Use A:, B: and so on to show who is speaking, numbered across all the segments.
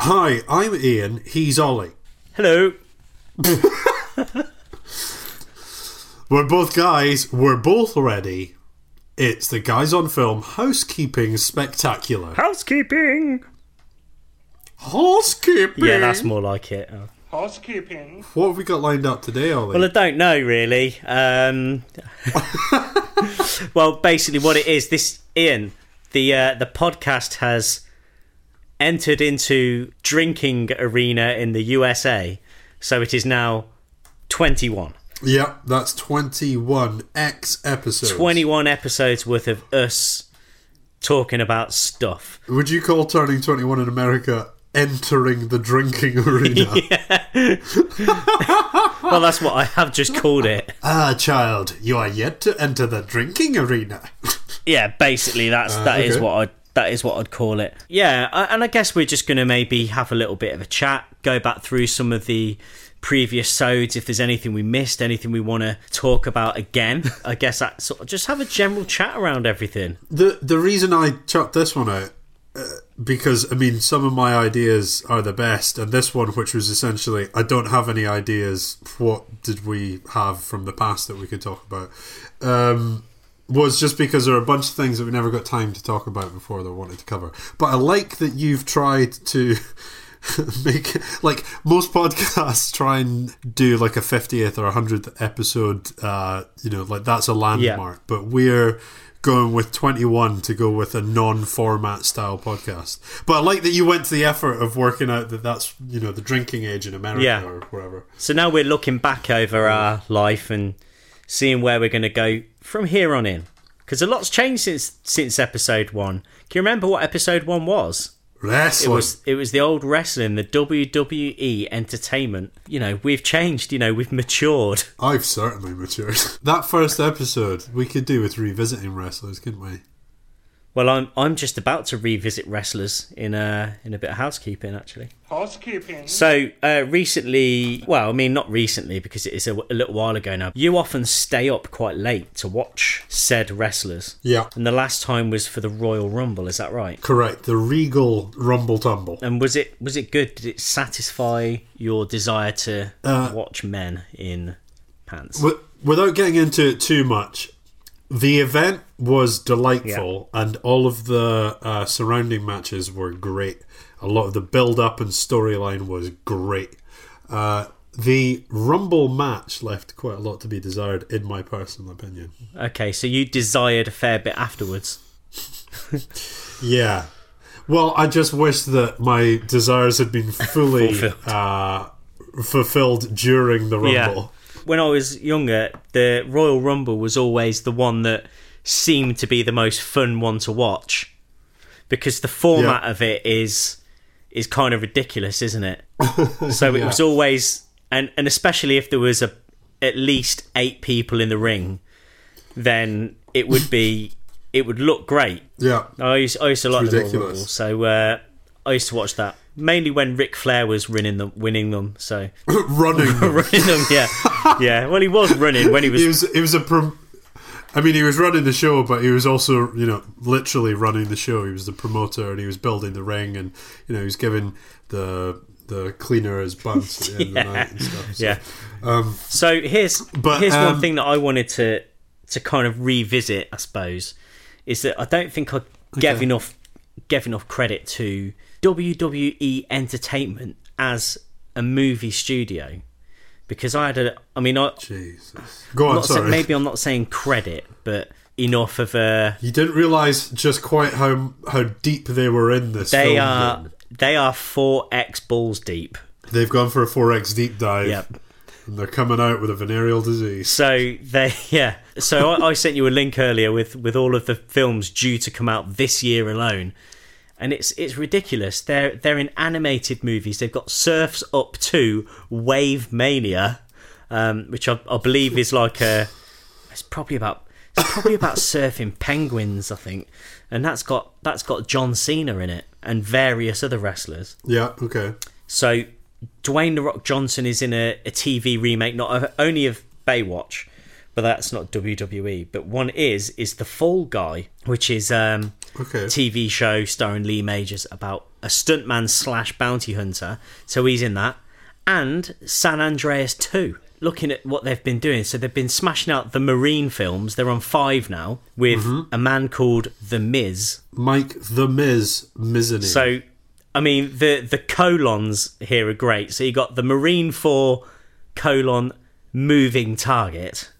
A: Hi, I'm Ian. He's Ollie.
B: Hello.
A: We're both guys. We're both ready. It's the Guys on Film Housekeeping Spectacular.
B: Housekeeping.
A: Housekeeping!
B: Yeah, that's more like it. Oh.
C: Housekeeping.
A: What have we got lined up today, Ollie?
B: Well, I don't know really. Um, well, basically, what it is, this Ian, the uh, the podcast has entered into drinking arena in the USA, so it is now twenty one.
A: yeah, that's 21 X episodes.
B: 21 episodes worth of us talking about stuff.
A: Would you call turning 21 in America entering the drinking arena?
B: Well, that's what I have just called it.
A: Ah, child, you are yet to enter the drinking arena.
B: Yeah, basically that's that is
A: okay.
B: what I that is what I'd call it. Yeah, I, and I guess we're just going to maybe have a little bit of a chat, go back through some of the previous sodes if there's anything we missed, anything we want to talk about again. I guess that sort of just have a general chat around everything.
A: the the reason I chucked this one out uh, because I mean some of my ideas are the best, and this one, which was essentially I don't have any ideas. What did we have from the past that we could talk about? Um, was just because there are a bunch of things that we never got time to talk about before that I wanted to cover. But I like that you've tried to. make like most podcasts try and do like a 50th or 100th episode uh you know like that's a landmark but we're going with 21 to go with a non-format style podcast but i like that you went to the effort of working out that that's you know the drinking age in america
B: Yeah.
A: or wherever
B: So now we're looking back over our life and seeing where we're going to go from here on in. Because a lot's changed since since episode one. Can you remember what episode one was? It
A: wrestling
B: was it was the old wrestling, the WWE entertainment. You know, we've changed. You know, we've matured.
A: i've certainly matured that first episode we could do with revisiting wrestlers couldn't we
B: Well, I'm I'm just about to revisit wrestlers in a in a bit of housekeeping actually.
C: Housekeeping.
B: So uh, recently, well, I mean not recently because it is a, a little while ago now. You often stay up quite late to watch said wrestlers.
A: yeah
B: And the last time was for the Royal Rumble, is that right?
A: correct the regal rumble tumble
B: And was it was it good? Did it satisfy your desire to watch men in pants?
A: Wi- without getting into it too much, the event was delightful, and all of the uh, surrounding matches were great. A lot of the build up and storyline was great. Uh, the Rumble match left quite a lot to be desired, in my personal opinion.
B: okay, so you desired a fair bit afterwards.
A: Yeah. Well, I just wish that my desires had been fully
B: Fulfilled.
A: Uh, fulfilled during the Rumble.
B: When I was younger, the Royal Rumble was always the one that seemed to be the most fun one to watch because the format of it is is kind of ridiculous, isn't it? so it was always and and especially if there was a at least 8 people in the ring, then it would be it would look great.
A: Yeah.
B: I used, I used to like the Royal
A: ridiculous.
B: Rumble, so uh, I used to watch that mainly when Ric Flair was winning them, winning them. So
A: Running.
B: running them, yeah, yeah. Well, he was running when he was.
A: It was it was a prom- I mean, he was running the show, but he was also, you know, literally running the show. He was the promoter, and he was building the ring, and you know, he was giving the the cleaner his buns at the end of the night and stuff. So,
B: yeah. so here's
A: Um, but,
B: here's
A: um,
B: one thing that I wanted to to kind of revisit, I suppose, is that I don't think I gave enough gave enough credit to WWE Entertainment as a movie studio because I had a. I mean, I
A: Jesus. Go on,
B: not sa-
A: Oh, sorry.
B: maybe I'm not saying credit, but enough of a.
A: You didn't realize just quite how how deep they were in this.
B: They
A: film
B: are
A: thing.
B: they are four X balls deep.
A: They've gone for a four X deep dive.
B: Yep.
A: And they're coming out with a venereal disease.
B: So they, yeah. So I, I sent you a link earlier with with all of the films due to come out this year alone, and it's it's ridiculous. They're they're in animated movies. They've got Surfs Up Two, Wave Mania, um, which I, I believe is like a. It's probably about it's probably about surfing penguins, I think, and that's got that's got John Cena in it and various other wrestlers.
A: Yeah. Okay.
B: So Dwayne the Rock Johnson is in a, a TV remake, not of- only of Baywatch, but that's not WWE. But one is is the Fall Guy, which is um,
A: Okay.
B: TV show starring Lee Majors about a stuntman slash bounty hunter. So he's in that. And San Andreas 2. Looking at what they've been doing. So they've been smashing out the Marine films. They're on five now with a man called The Miz.
A: Mike the Miz Mizani.
B: So, I mean, the, the colons here are great. So you got the Marine 4 colon moving target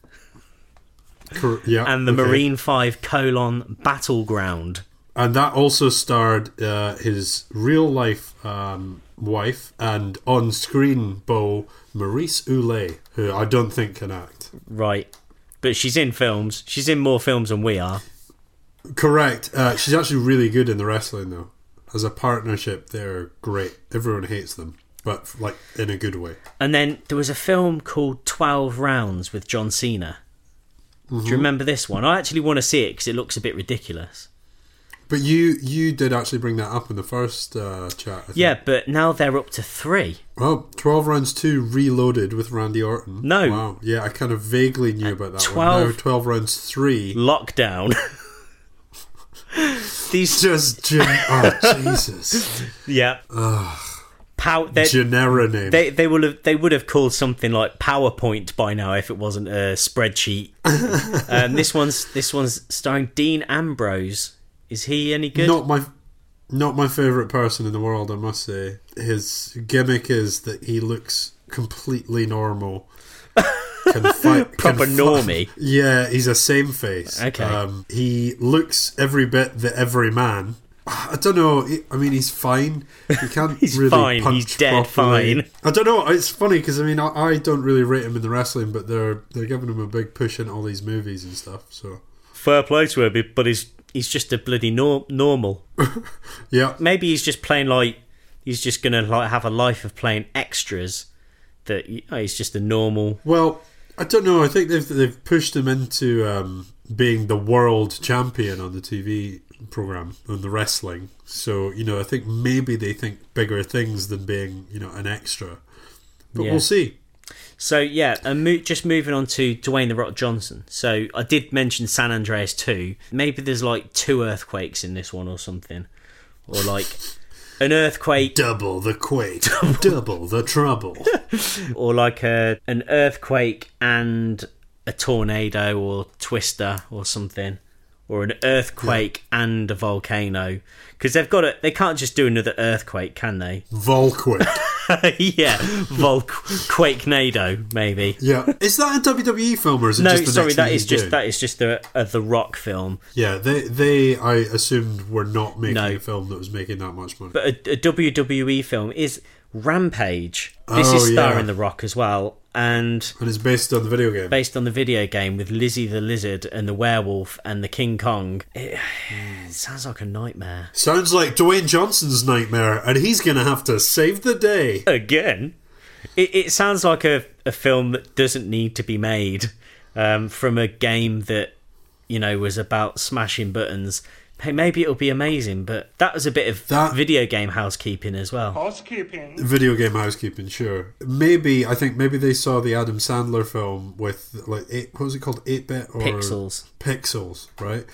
A: Cor- yeah,
B: and the
A: okay.
B: Marine 5 colon battleground.
A: and that also starred uh, his real life um, wife and on screen beau Maurice Oulet, who I don't think can act.
B: Right. But she's in films. She's in more films than we are.
A: Correct. Uh, she's actually really good in the wrestling though. As a partnership, they're great. Everyone hates them, but like in a good way.
B: And then there was a film called 12 Rounds with John Cena. Do you remember this one? I actually want to see it because it looks a bit ridiculous.
A: But you you did actually bring that up in the first uh, chat. I think.
B: Yeah, but now they're up to three.
A: Well, 12 Rounds 2 Reloaded with Randy Orton.
B: No.
A: Wow. Yeah, I kind of vaguely knew about that
B: 12
A: one. Now 12 Rounds 3.
B: Lockdown. These.
A: Just gen- oh, Jesus.
B: Yeah. Pow- they,
A: Genera name.
B: they, they, will have, they would have called something like PowerPoint by now if it wasn't a spreadsheet. um, this, one's, this one's starring Dean Ambrose. Is he any good?
A: not my not my favorite person in the world, I must say. His gimmick is that he looks completely normal. Can fight,
B: Proper
A: can
B: normie.
A: Fi- yeah, he's a same face.
B: Okay.
A: Um, he looks every bit the every man. I don't know. he- I mean, he's fine. He can't
B: He's
A: really
B: fine,
A: punch
B: he's dead
A: properly.
B: fine.
A: I don't know. It's funny because I mean, I, I don't really rate him in the wrestling, but they're they're giving him a big push in all these movies and stuff. So
B: fair play to him, but he's he's just a bloody nor- normal.
A: yeah,
B: Maybe he's just playing like he's just gonna like have a life of playing extras. That you know, he's just a normal.
A: Well, I don't know. I think they've they've pushed him into um, being the world champion on the TV program on the wrestling. So you know, I think maybe they think bigger things than being you know an extra. But
B: Yeah.
A: we'll see.
B: So yeah, and mo- just moving on to Dwayne the Rock Johnson. So I did mention San Andreas two. Maybe there's like two earthquakes in this one or something, or like an earthquake,
A: Double the quake, double the trouble.
B: or like a an earthquake and a tornado or twister or something or an earthquake and a volcano because they've got it they can't just do another earthquake can they
A: Volquake.
B: yeah vol quakenado maybe
A: Yeah, is that a WWE film or is it
B: no
A: just the
B: sorry
A: next
B: that
A: thing
B: is
A: he's
B: just
A: doing?
B: that is just the uh, the rock film
A: Yeah, they they I assumed were not making
B: No.
A: a film that was making that much money.
B: but a, a wwe film is rampage this
A: Oh,
B: is
A: yeah.
B: starring the rock as well and
A: and it's based on the video game.
B: based on the video game with Lizzie the Lizard and the Werewolf and the King Kong. It, it sounds like a nightmare.
A: Sounds like Dwayne Johnson's nightmare, and he's gonna have to save the day.
B: Again? It, it sounds like a, a film that doesn't need to be made um, from a game that, you know, was about smashing buttons. Hey, maybe it'll be amazing, but that was a bit of
A: That-
B: video game housekeeping as well.
C: Housekeeping.
A: video game housekeeping sure maybe i think maybe they saw the adam sandler film with like eight, what was it called 8-bit or
B: Pixels.
A: pixels right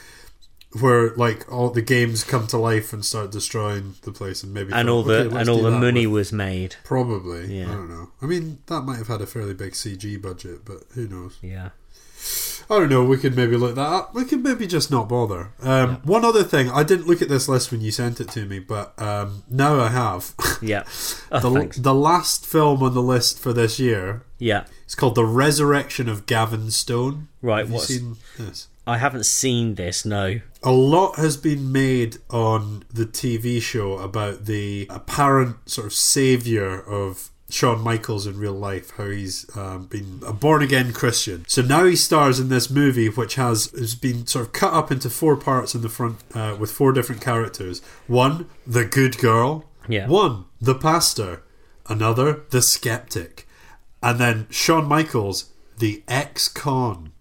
A: where like all the games come to life and start destroying the place and maybe
B: And
A: thought,
B: all the
A: "Okay, let's
B: and all
A: do
B: the
A: that
B: money
A: with-"
B: was made.
A: probably
B: Yeah.
A: i don't know i mean that might have had a fairly big cg budget but who knows
B: Yeah.
A: I don't know. We could maybe look that up. We could maybe just not bother. Um, One other thing, I didn't look at this list when you sent it to me, but um, now I have.
B: Yeah. Oh,
A: the,
B: thanks.
A: the last film on the list for this year
B: Yeah.
A: it's called The Resurrection of Gavin Stone.
B: Right,
A: Have you
B: what's-
A: seen this?
B: I haven't seen this, no.
A: A lot has been made on the TV show about the apparent sort of savior of Shawn Michaels in real life, how he's um, been a born again Christian. So now he stars in this movie, which has has been sort of cut up into four parts in the front uh, with four different characters. One, the good girl.
B: Yeah.
A: One, the pastor. Another, the skeptic. And then Shawn Michaels, the ex con.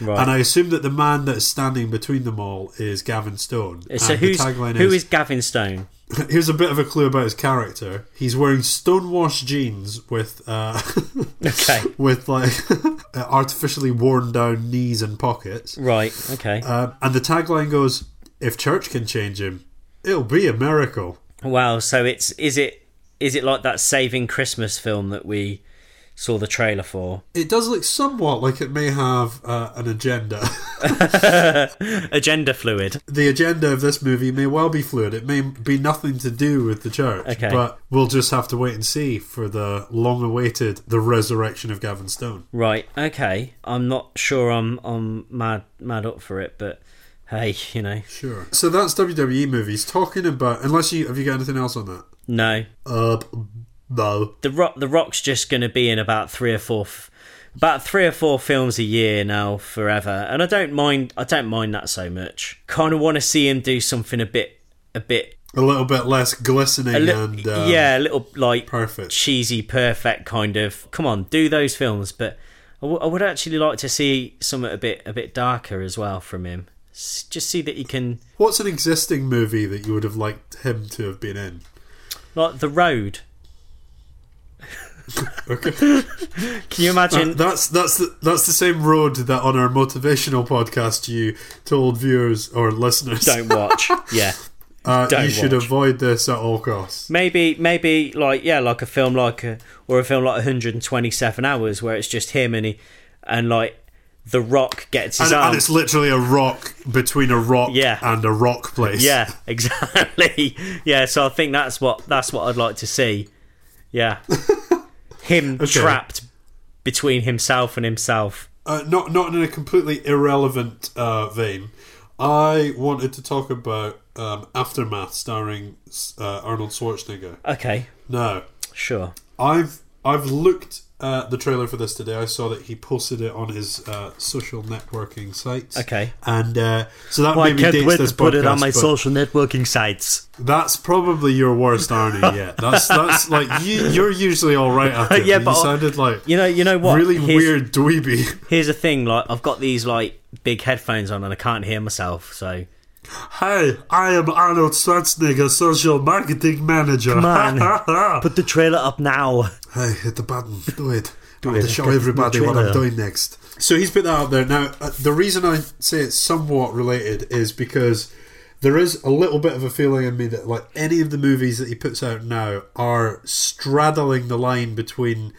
B: Right.
A: And I assume that the man that is standing between them all is Gavin Stone.
B: So
A: and Ah, the
B: who's
A: tagline
B: who is Gavin Stone?
A: Here's a bit of a clue about his character. He's wearing stonewashed jeans with uh,
B: Okay.
A: with like artificially worn down knees and pockets.
B: Right. Okay.
A: Uh, and the tagline goes, "If church can change him, it'll be a miracle."
B: wow. So it's is it is it like that Saving Christmas film that we saw the trailer for?
A: It does look somewhat like it may have uh, an agenda.
B: Agenda fluid.
A: the agenda of this movie may well be fluid. It may be nothing to do with the church,
B: Okay.
A: but we'll just have to wait and see for the long-awaited the resurrection of Gavin Stone.
B: Right. Okay. I'm not sure. I'm I'm mad mad up for it, but hey, you know,
A: Sure. So that's WWE movies. Talking about, unless you have you got anything else on that?
B: no.
A: Uh, no.
B: The rock the rock's just going to be in about three or four. F- about three or four films a year now, forever, and I don't mind. I don't mind that so much. Kind of want to see him do something a bit, a bit,
A: A little bit less glistening
B: a little,
A: and uh,
B: yeah, a little like
A: perfect.
B: cheesy, perfect kind of. Come on, do those films. But I, w- I would actually like to see something a bit a bit darker as well from him. S- just see that you can
A: What's an existing movie that you would have liked him to have been in?
B: like the road.
A: Okay.
B: Can you imagine?
A: that's that's the, that's the same road that on our motivational podcast you told viewers or listeners
B: don't watch. Yeah,
A: uh,
B: don't
A: you should
B: watch.
A: avoid this at all costs.
B: maybe maybe like yeah, like a film like a, or a film like 127 Hours, where it's just him and he and like the Rock gets his
A: And,
B: arm.
A: and it's literally a rock between a rock
B: Yeah.
A: and a rock place.
B: yeah, exactly. Yeah, so I think that's what that's what I'd like to see. Yeah, him trapped between himself and himself.
A: uh, not not in a completely irrelevant uh, vein. I wanted to talk about um, Aftermath, starring uh, Arnold Schwarzenegger.
B: Okay,
A: Now,
B: sure.
A: I've I've looked at the trailer for this today. I saw that he posted it on his uh, social networking sites.
B: Okay.
A: and uh, so that maybe dates this podcast. but
B: networking sites.
A: That's probably your worst Arnie yet. That's that's like you, you're usually all right at it.
B: Yeah,
A: you
B: but-
A: sounded like
B: You know, you know what?
A: really
B: Here's-
A: weird dweeby.
B: Here's the thing: like I've got these like big headphones on and I can't hear myself. So
A: Hi, I am Arnold Schwarzenegger, social marketing manager.
B: Come put the trailer up now.
A: Hey, hit the button. Do it. I have
B: it.
A: to show
B: Get
A: everybody
B: the
A: what I'm
B: trailer.
A: doing next. So he's put that out there. Now, uh, the reason I say it's somewhat related is because there is a little bit of a feeling in me that, like, any of the movies that he puts out now are straddling the line between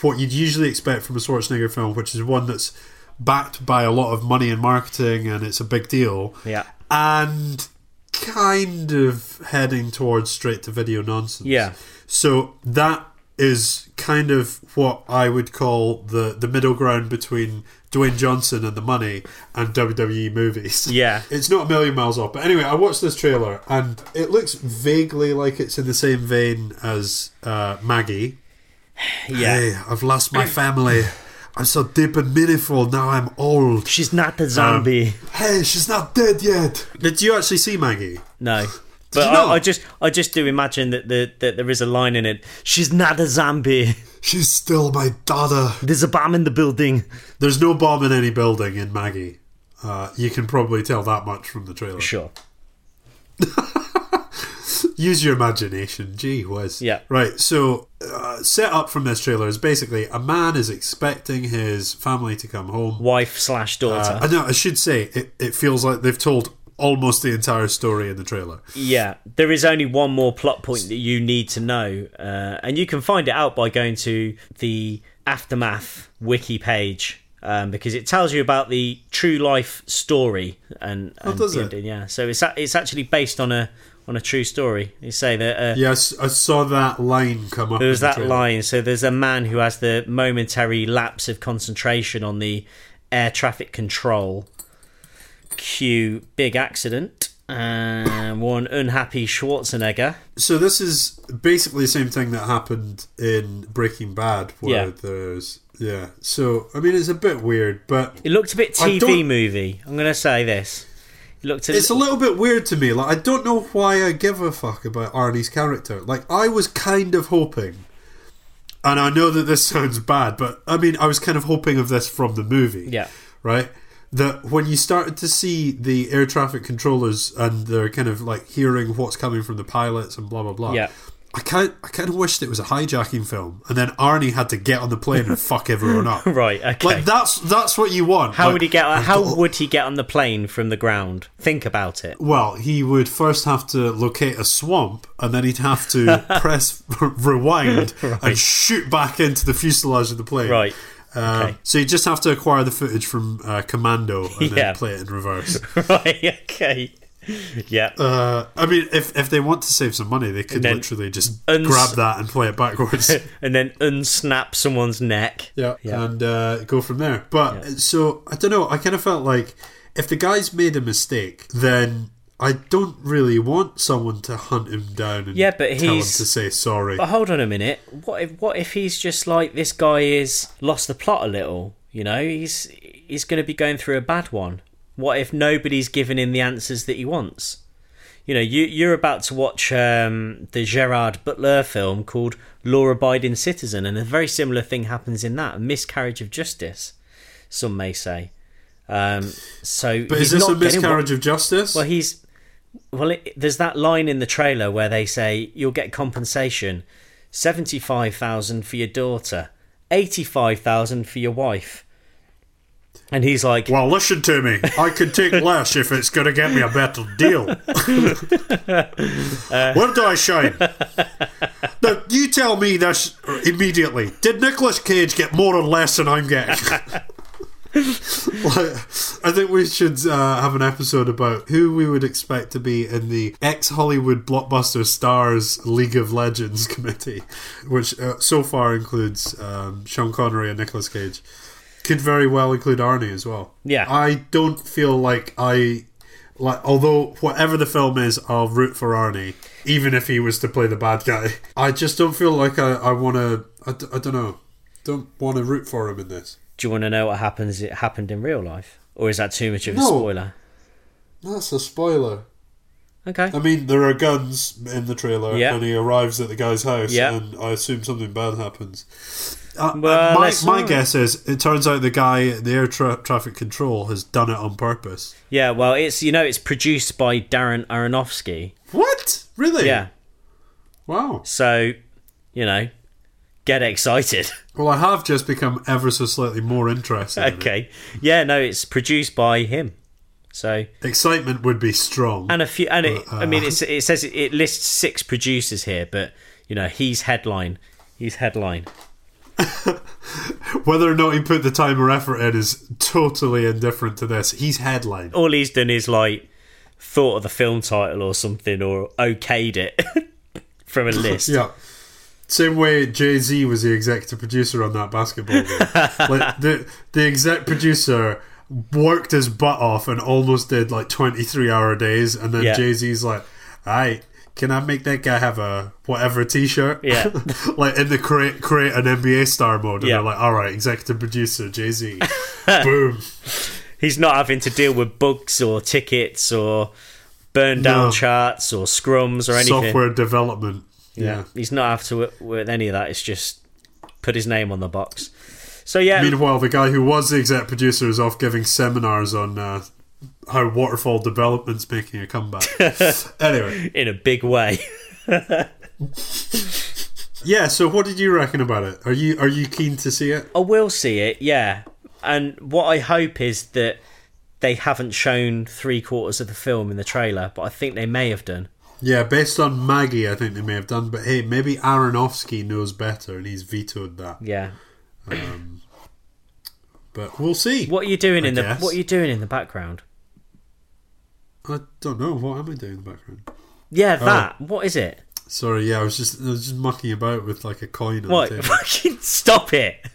A: what you'd usually expect from a Schwarzenegger film, which is one that's backed by a lot of money and marketing and it's a big deal.
B: Yeah.
A: And kind of heading towards straight to video nonsense.
B: Yeah.
A: So that is kind of what I would call the, the middle ground between Dwayne Johnson and the money and WWE movies.
B: Yeah.
A: It's not a million miles off. But anyway, I watched this trailer and it looks vaguely like it's in the same vein as uh, Maggie.
B: Yeah,
A: Hey, I've lost my family. I'm so deep and meaningful. Now I'm old.
B: she's not a zombie.
A: Hey, she's not dead yet. Did you actually see Maggie?
B: no. But
A: you know?
B: I, I just, I just do imagine that the, that there is a line in it. She's not a zombie.
A: She's still my daughter.
B: There's a bomb in the building.
A: There's no bomb in any building in Maggie. Uh, you can probably tell that much from the trailer.
B: Sure.
A: Use your imagination. Gee whiz.
B: Yeah.
A: Right, so uh, set up from this trailer is basically a man is expecting his family to come home. Uh,
B: Wife slash daughter.
A: I know, I should say, it, it feels like they've told almost the entire story in the trailer.
B: yeah. There is only one more plot point that you need to know, uh, and you can find it out by going to the aftermath wiki page. Um, because it tells you about the true life story and,
A: Oh,
B: and
A: does
B: the
A: it?
B: ending, yeah, so it's a- it's actually based on a on a true story. They say that uh,
A: Yes, I saw that line come up.
B: There was
A: in the
B: that
A: trailer.
B: line. So there's a man who has the momentary lapse of concentration on the air traffic control. Cue big accident. And one unhappy Schwarzenegger.
A: So this is basically the same thing that happened in Breaking Bad, where
B: Yeah.
A: there's yeah. So I mean, it's a bit weird, but
B: It looked a bit
A: I
B: TV
A: don't-
B: movie. I'm going to say this. It looked a,
A: it's a little bit weird to me. Like I don't know why I give a fuck about Arnie's character. Like I was kind of hoping, and I know that this sounds bad, but I mean, I was kind of hoping of this from the movie.
B: Yeah.
A: Right. that when you started to see the air traffic controllers and they're kind of like hearing what's coming from the pilots and blah blah blah.
B: Yeah.
A: I kind I kind of wished it was a hijacking film, and then Arnie had to get on the plane and fuck everyone up.
B: Right, okay.
A: Like that's that's what you want.
B: How
A: Like,
B: would he get? uh,
A: I
B: How
A: got-
B: would he get on the plane from the ground? Think about it.
A: Well, he would first have to locate a swamp, and then he'd have to press rewind and shoot back into the fuselage of the plane.
B: Right.
A: Um,
B: Okay.
A: So you just have to acquire the footage from uh, Commando and
B: Yeah.
A: then play it in reverse.
B: Right. Okay. Yeah.
A: Uh, I mean, if if they want to save some money, they could
B: then
A: literally just
B: uns-
A: grab that and play it backwards.
B: and then unsnap someone's neck.
A: yeah,
B: Yeah.
A: and uh, go from there. But so I don't know. I kind of felt like if the guy's made a mistake, then I don't really want someone to hunt him down and
B: Yeah, but
A: tell him to
B: he's-
A: say sorry.
B: But hold on a minute. What if? What if he's just like this guy is lost the plot a little? You know, he's he's going to be going through a bad one. What if nobody's giving him the answers that he wants? You know, you you're about to watch um, the Gerard Butler film called Law Abiding Citizen, and a very similar thing happens in that a miscarriage of justice. Some may say. Um, so,
A: But
B: he's
A: is this
B: not
A: a
B: getting what-
A: miscarriage of justice?
B: Well, he's well. It, there's that line in the trailer where they say you'll get compensation, seventy-five thousand for your daughter, eighty-five thousand for your wife, and he's like,
A: well, listen to me. I could take less if it's going to get me a better deal. Where do I shine? Now, you tell me this immediately. Did Nicolas Cage get more or less than I'm getting? Like, I think we should uh, have an episode about who we would expect to be in the ex Hollywood blockbuster stars League of Legends committee, which uh, so far includes um, Sean Connery and Nicolas Cage. Could very well include Arnie as well.
B: Yeah.
A: I don't feel like I like although whatever the film is, I'll root for Arnie, even if he was to play the bad guy. I just don't feel like I I want to. I, d- I don't know. Don't want to root for him in this.
B: "Do you want to know what happens? It happened in real life, or is that too much of a
A: No.
B: spoiler?"
A: That's a spoiler.
B: Okay.
A: I mean, there are guns in the trailer,
B: Yeah.
A: and he arrives at the guy's house,
B: Yeah.
A: and I assume something bad happens. Uh,
B: Well,
A: my
B: let's
A: my
B: not.
A: guess is it turns out the guy at the air tra- traffic control has done it on purpose.
B: yeah. Well, it's you know it's produced by Darren Aronofsky.
A: What? Really?
B: Yeah.
A: Wow.
B: So, you know, get excited.
A: Well, I have just become ever so slightly more interested. in it.
B: okay. Yeah. No, it's produced by him. So
A: Excitement would be strong.
B: and a few and it,
A: Uh,
B: i mean it's, it says it lists six producers here but you know he's headline he's headline
A: Whether or not he put the time or effort in is totally indifferent to this. He's headline.
B: all he's done is like thought of the film title or something or okayed it from a list
A: Yeah. Same way Jay Z was the executive producer on that basketball game. like the the exec producer worked his butt off and almost did like twenty three hour days, and then
B: Yeah.
A: Jay Z's like, "I can I make that guy have a whatever t shirt?"
B: Yeah.
A: like in the create create an NBA star mode, and
B: Yeah.
A: they're like, "All right, executive producer Jay Z, boom."
B: he's not having to deal with bugs or tickets or burn down
A: No.
B: charts or scrums or anything
A: Software development. Yeah.
B: he's not after with, with any of that it's just put his name on the box so yeah
A: Meanwhile, the guy who was the exec producer is off giving seminars on uh, how waterfall development's making a comeback. anyway,
B: in a big way
A: yeah. So, what did you reckon about it? Are you are you keen to see it?
B: I will see it, yeah. And what I hope is that they haven't shown three quarters of the film in the trailer, but I think they may have done.
A: Yeah, based on Maggie, I think they may have done. But hey, maybe Aronofsky knows better, and he's vetoed that.
B: Yeah.
A: But we'll see.
B: What are you doing in the
A: guess.
B: What are you doing in the background?
A: I don't know. What am I doing in the background?
B: Yeah,
A: Oh.
B: that. What is it?
A: Sorry. Yeah, I was just I was just mucking about with like a coin on
B: What?
A: the table.
B: Fucking stop it!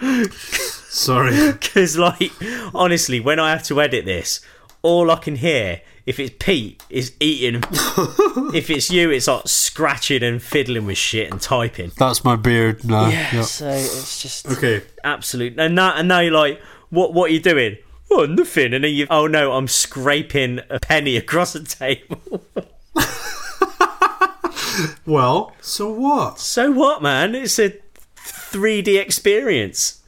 A: Sorry.
B: Because like, honestly, when I have to edit this, all I can hear, if it's Pete, is eating. if it's you, it's like scratching and fiddling with shit and typing.
A: That's my beard. No.
B: So it's just.
A: Okay.
B: absolute and now and now you're like what what are you doing oh nothing and then you oh no i'm scraping a penny across the table
A: Well, so what?
B: so what man it's a 3d experience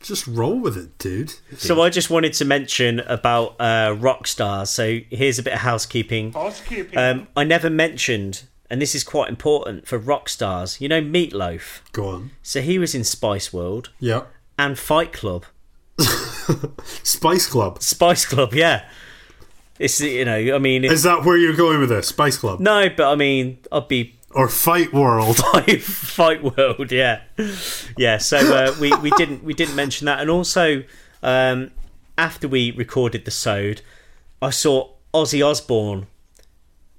A: Just roll with it, dude.
B: So I just wanted to mention about uh, rock stars. So here's a bit of housekeeping.
C: Housekeeping.
B: Um, I never mentioned, and this is quite important for rock stars. You know Meatloaf.
A: Go on.
B: So he was in Spice World
A: Yeah.
B: and Fight Club.
A: Spice Club.
B: Spice Club, yeah. It's you know, I mean, it's,
A: Is that where you're going with this? Spice Club
B: no, but I mean, I'd be
A: or Fight World?
B: Fight, Fight World, yeah, yeah. So uh, we we didn't we didn't mention that, and also um, after we recorded the sode, I saw Ozzy Osbourne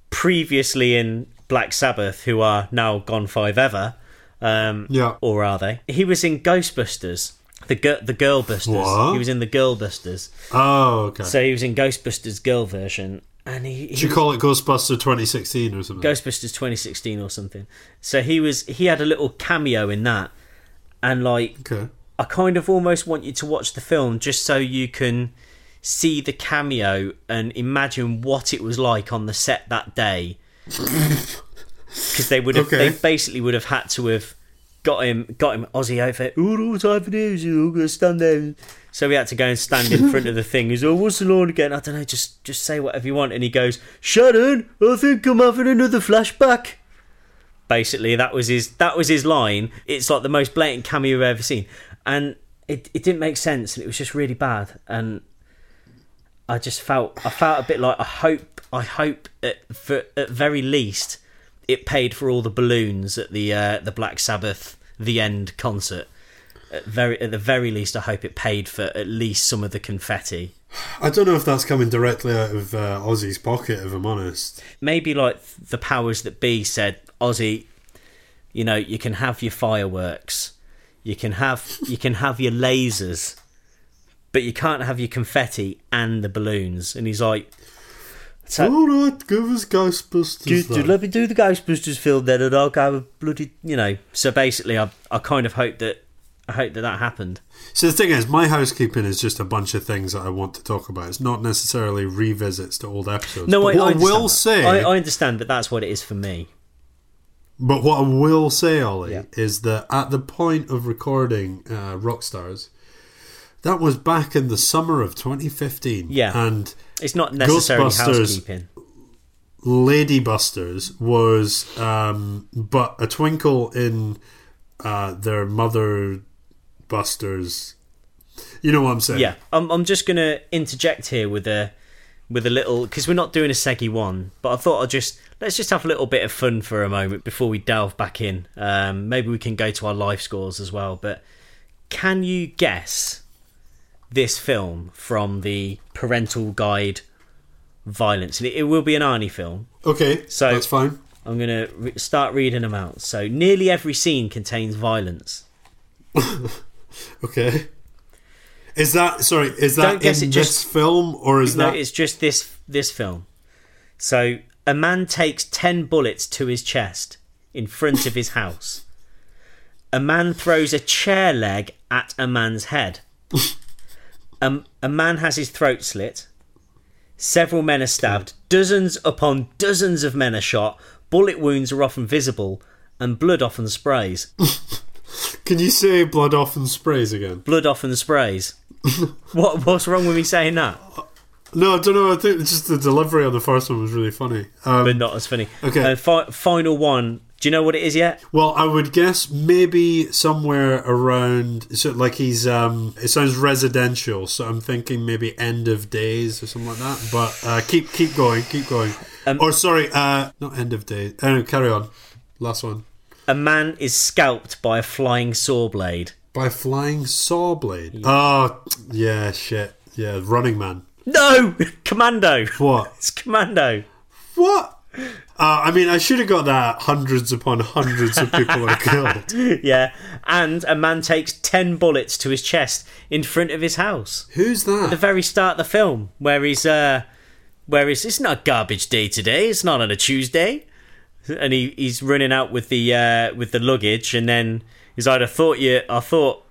B: previously in Black Sabbath, who are now gone five ever, um,
A: Yeah.
B: or are they? He was in Ghostbusters, the gir the Girl Busters.
A: What?
B: He was in the Girl Busters,
A: Oh, okay.
B: so he was in Ghostbusters Girl version, and he, he
A: Should you call it Ghostbuster 2016 or something?
B: Ghostbusters 2016 or something. So he was he had a little cameo in that, and like
A: okay.
B: I kind of almost want you to watch the film just so you can see the cameo and imagine what it was like on the set that day, because they would have
A: Okay.
B: they basically would have had to have got him got him Aussie over. All time for news, you all gonna stand there. So we had to go and stand in front of the thing. He's oh, what's the law again? I don't know. Just just say whatever you want. And he goes, Sharon, I think I'm having another flashback. Basically, that was his that was his line. It's like the most blatant cameo I've ever seen, and it it didn't make sense, and it was just really bad. And I just felt I felt a bit like I hope I hope at, for, at very least it paid for all the balloons at the uh, the Black Sabbath the end concert. At very at the very least, I hope it paid for at least some of the confetti.
A: I don't know if that's coming directly out of uh, Ozzy's pocket, if I'm honest.
B: Maybe like the powers that be said, Ozzy, you know, you can have your fireworks, you can have you can have your lasers, but you can't have your confetti and the balloons. And he's like, So-
A: All right, give us Ghostbusters.
B: do,
A: then.
B: do, let me do the Ghostbusters film then, and I'll go with bloody, you know. So basically, I I kind of hope that I hope that that happened.
A: So the thing is, my housekeeping is just a bunch of things that I want to talk about. It's not necessarily revisits to old episodes.
B: No,
A: but
B: I, I
A: what I,
B: understand
A: will
B: that.
A: say,
B: I, I understand that that's what it is for me.
A: but what I will say, Ollie,
B: Yeah.
A: is that at the point of recording uh, Rockstars, that was back in the summer of 2015.
B: Yeah.
A: and
B: It's not necessarily
A: Ghostbusters-
B: housekeeping.
A: Lady Busters was, um, but a twinkle in uh, their mother busters. You know what I'm saying?
B: Yeah, I'm I'm just gonna interject here with a with a little because we're not doing a segi one, but I thought I'd just let's just have a little bit of fun for a moment before we delve back in. Um, maybe we can go to our life scores as well. But can you guess this film from the parental guide? Violence, and it, it will be an Arnie film.
A: Okay,
B: So-
A: that's fine.
B: I'm gonna re- start reading them out. So nearly every scene contains violence.
A: Okay. Is that sorry? Is
B: Don't
A: that in
B: guess
A: this
B: it just-
A: film or is
B: No,
A: that?
B: it's just this this film. So a man takes ten bullets to his chest in front of his house. A man throws a chair leg at a man's head. Um, a man has his throat slit. Several men are stabbed. Dozens upon dozens of men are shot. Bullet wounds are often visible, and blood often sprays.
A: Can you say blood off and sprays again?
B: Blood often sprays. what? What's wrong with me saying that?
A: No, I don't know. I think it's just the delivery on the first one was really funny. Um,
B: But not as funny.
A: Okay.
B: And fi- final one. Do you know what it is yet?
A: well, I would guess maybe somewhere around. So, like he's. Um, it sounds residential, so I'm thinking maybe end of days or something like that. But uh, keep keep going, keep going. or sorry, uh, not end of days. Uh, carry on. Last one
B: a man is scalped by a flying saw blade.
A: by flying saw blade. Oh yeah, shit. Yeah, Running Man.
B: No, commando.
A: What?
B: It's commando.
A: What? Uh, I mean, I should have got that. Hundreds upon hundreds of people are killed.
B: Yeah, and a man takes ten bullets to his chest in front of his house.
A: Who's
B: The
A: that?
B: very start of the film, where he's uh, where he's it's not garbage day today. It's not on a Tuesday, and he, he's running out with the uh, with the luggage, and then he's like, "I thought you, I thought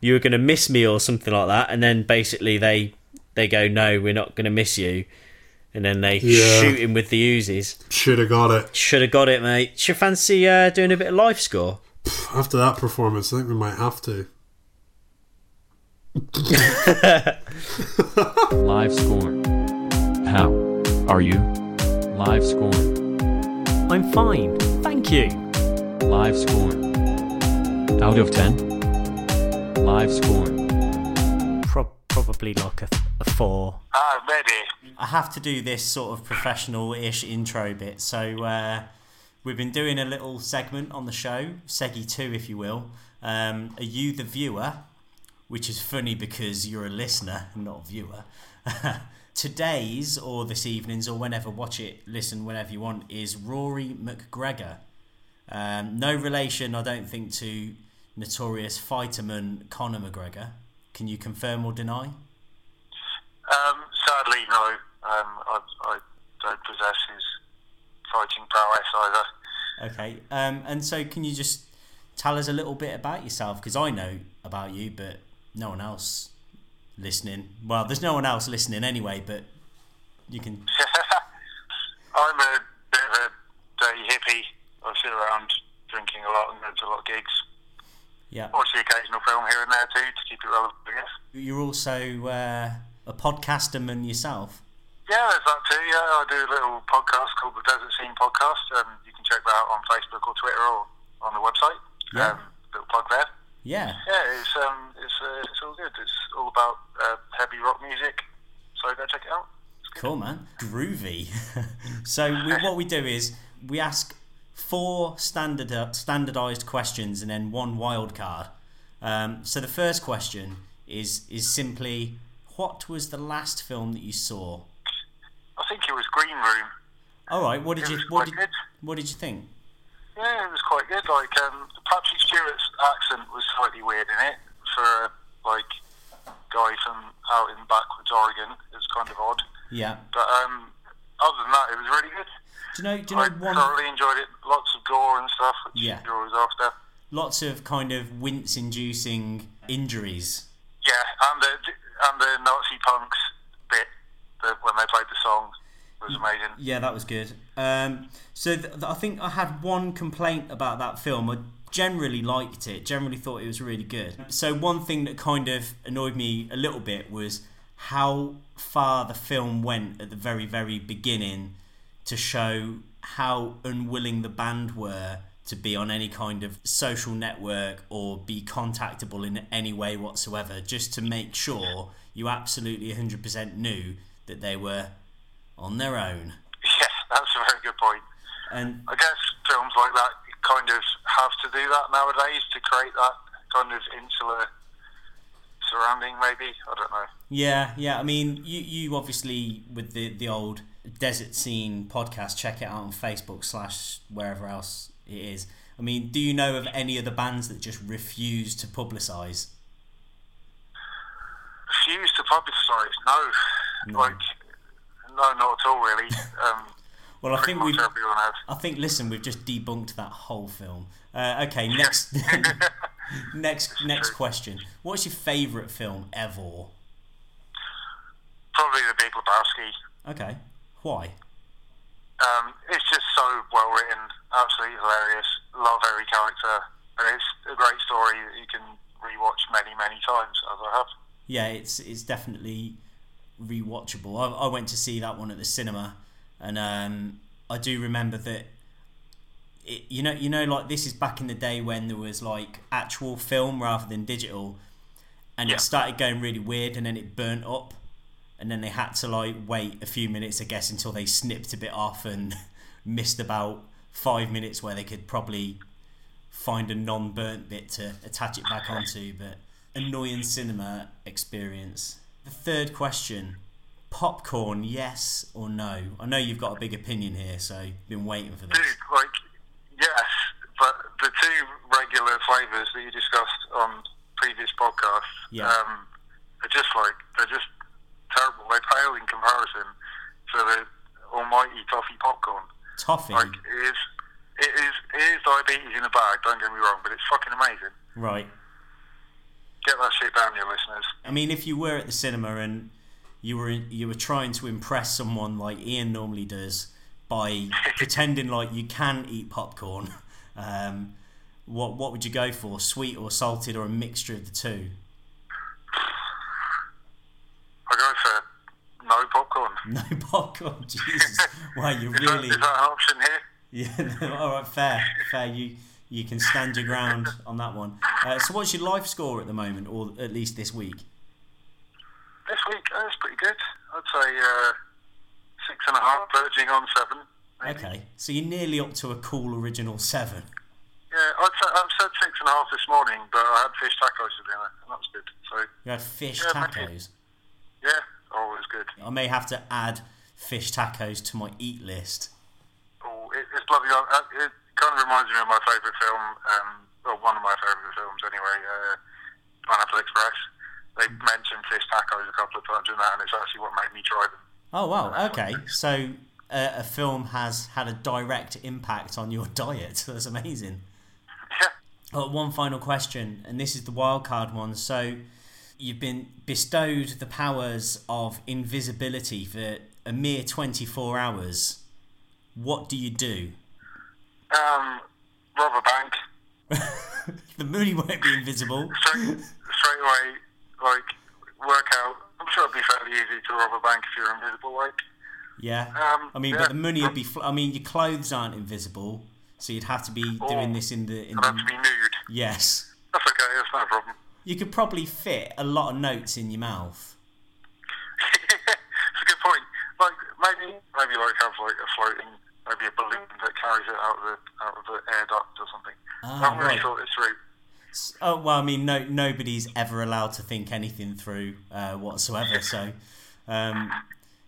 B: you were going to miss me or something like that," and then basically they they go, "No, we're not going to miss you," and then they
A: Yeah.
B: shoot him with the Uzis.
A: Should have got it.
B: Should have got it, mate. Should fancy uh, doing a bit of life score.
A: After that performance, I think we might have to.
D: Live score. How are you? Live score.
B: I'm fine. Thank you.
D: Live score. Out of 10. Live score.
B: Pro- probably like a, a four.
E: Ah, maybe.
B: I have to do this sort of professional-ish intro bit. So uh, we've been doing a little segment on the show, Segi Two, if you will. Um, are you the viewer? Which is funny because you're a listener, and not a viewer. Today's or this evening's or whenever, watch it, listen whenever you want. Is Rory McGregor? Um, no relation, I don't think, to notorious fighterman Conor McGregor. Can you confirm or deny?
E: Um, sadly, no. Um, I, I don't possess his fighting prowess either.
B: Okay. Um, and so, can you just tell us a little bit about yourself? Because I know about you, but no one else listening. Well, there's no one else listening anyway, but you can.
E: I'm a bit of a dirty hippie. I sit around drinking a lot and go to a lot of gigs.
B: Yeah.
E: Watch the occasional film here and there too to keep it relevant, I guess.
B: You're also uh, a podcaster man yourself.
E: Yeah, there's that too. Yeah, I do a little podcast called the Desert Scene Podcast. Um, you can check that out on Facebook or Twitter or on the website.
B: Yeah.
E: Um, little plug there.
B: Yeah.
E: Yeah, it's um, it's uh, it's all good. It's all about uh, heavy rock music. So go check it out.
B: Cool, man. Groovy. so we, what we do is we ask four standard uh, standardized questions and then one wild card. Um, so the first question is is simply what was the last film that you saw?
E: I think it was Green Room.
B: All right, what did
E: It
B: you
E: was
B: what
E: quite
B: did,
E: good.
B: what did you think?
E: Yeah, it was quite good. Like um, Patrick Stewart's accent was slightly weird in it for a like guy from out in backwoods Oregon. It was kind of odd,
B: Yeah.
E: but um, other than that, it was really good.
B: Do you know do you
E: I
B: know one
E: thoroughly enjoyed it. Lots of gore and stuff, which
B: Yeah.
E: you're always after.
B: lots of kind of wince inducing injuries.
E: Yeah, and the and the Nazi punks bit the, when they played the song was amazing.
B: Yeah, that was good. Um, so th- th- I think I had one complaint about that film. I generally liked it. Generally thought it was really good. So one thing that kind of annoyed me a little bit was how far the film went at the very very beginning to show how unwilling the band were to be on any kind of social network or be contactable in any way whatsoever just to make sure you absolutely 100% knew that they were on their own
E: Yeah, that's a very good point.
B: and
E: I guess films like that kind of have to do that nowadays to create that kind of insular surrounding. Maybe I don't know.
B: yeah, yeah. I mean, you you obviously with the the old desert scene podcast, check it out on Facebook slash wherever else it is. I mean, do you know of any of the bands that just refuse to publicise?
E: Refuse to publicise. No,
B: Mm.
E: like no, not at all. Really. Um,
B: Well, I
E: pretty
B: think
E: much
B: we've.
E: everyone has.
B: I think listen, we've just debunked that whole film. Uh, okay, next, next, next question. What's your favourite film ever?
E: Probably the Big Lebowski.
B: Okay, why?
E: Um, it's just so well written, absolutely hilarious. Love every character, and it's a great story that you can rewatch many, many times, as I have.
B: yeah, it's it's definitely rewatchable. I, I went to see that one at the cinema, and um, I do remember that. It, you know, you know, like this is back in the day when there was like actual film rather than digital, and
E: Yeah.
B: it started going really weird, and then it burnt up, and then they had to like wait a few minutes, I guess, until they snipped a bit off and missed about five minutes where they could probably find a non-burnt bit to attach it back onto, but annoying cinema experience. The third question: popcorn, yes or no? I know you've got a big opinion here, so been waiting for this.
E: Dude, like, yes, but the two regular flavours that you discussed on previous podcasts
B: Yeah.
E: um, are just like, they're just terrible. They pale in comparison to the almighty toffee popcorn.
B: Toffee,
E: Like, it is, it is, it is diabetes in a bag, don't get me wrong, but it's fucking amazing.
B: right?
E: Get that shit down, your listeners.
B: I mean, if you were at the cinema and you were you were trying to impress someone like Ian normally does by pretending like you can eat popcorn, um, what what would you go for? Sweet or salted or a mixture of the two?
F: No popcorn. Jesus. Wow, you
E: Is,
F: really.
E: that, is that an option here?
F: Yeah. No, all right. Fair. Fair. You you can stand your ground on that one. Uh, so, what's your life score at the moment, or at least this week?
E: This week, uh, it's pretty good. I'd say uh, six and a half, verging on seven. maybe.
F: Okay. So you're nearly up to a cool original seven.
E: Yeah, I'd say, I've said six and a half this morning, but I had fish tacos for dinner, and that was good. So,
F: You had fish
E: Yeah, thank you.
F: tacos.
E: yeah, always good.
F: I may have to add fish tacos to my eat list.
E: Oh, it, it's lovely. Uh, uh, It kind of reminds me of my favourite film, um, well, one of my favourite films anyway, uh, Pineapple Express. They mentioned fish tacos a couple of times in that, and it's actually what made me try them.
F: Oh wow. Okay. So uh, a film has had a direct impact on your diet. That's amazing.
E: Yeah,
F: Oh, one final question, and this is the wild card one. So, you've been bestowed the powers of invisibility for a mere twenty-four hours. What do you do?
E: um, rob a bank
F: The moon won't be invisible.
E: straight, straight away. Like work out. I'm sure it'd be fairly easy to rob a bank if you're invisible. Like,
F: Yeah.
E: Um,
F: I mean,
E: yeah.
F: but the money would be. Fl- I mean, your clothes aren't invisible, so you'd have to be
E: Oh,
F: doing this in the. In
E: I'd have to
F: the
E: be nude.
F: yes.
E: That's okay. That's not a problem.
F: You could probably fit a lot of notes in your mouth.
E: it's a good point. Like maybe maybe like have like a floating maybe a balloon that carries it out of the out of the air duct or something.
F: Ah,
E: I'm really
F: right.
E: sure it's through.
F: S- Oh well, I mean, no, nobody's ever allowed to think anything through uh, whatsoever. So, um,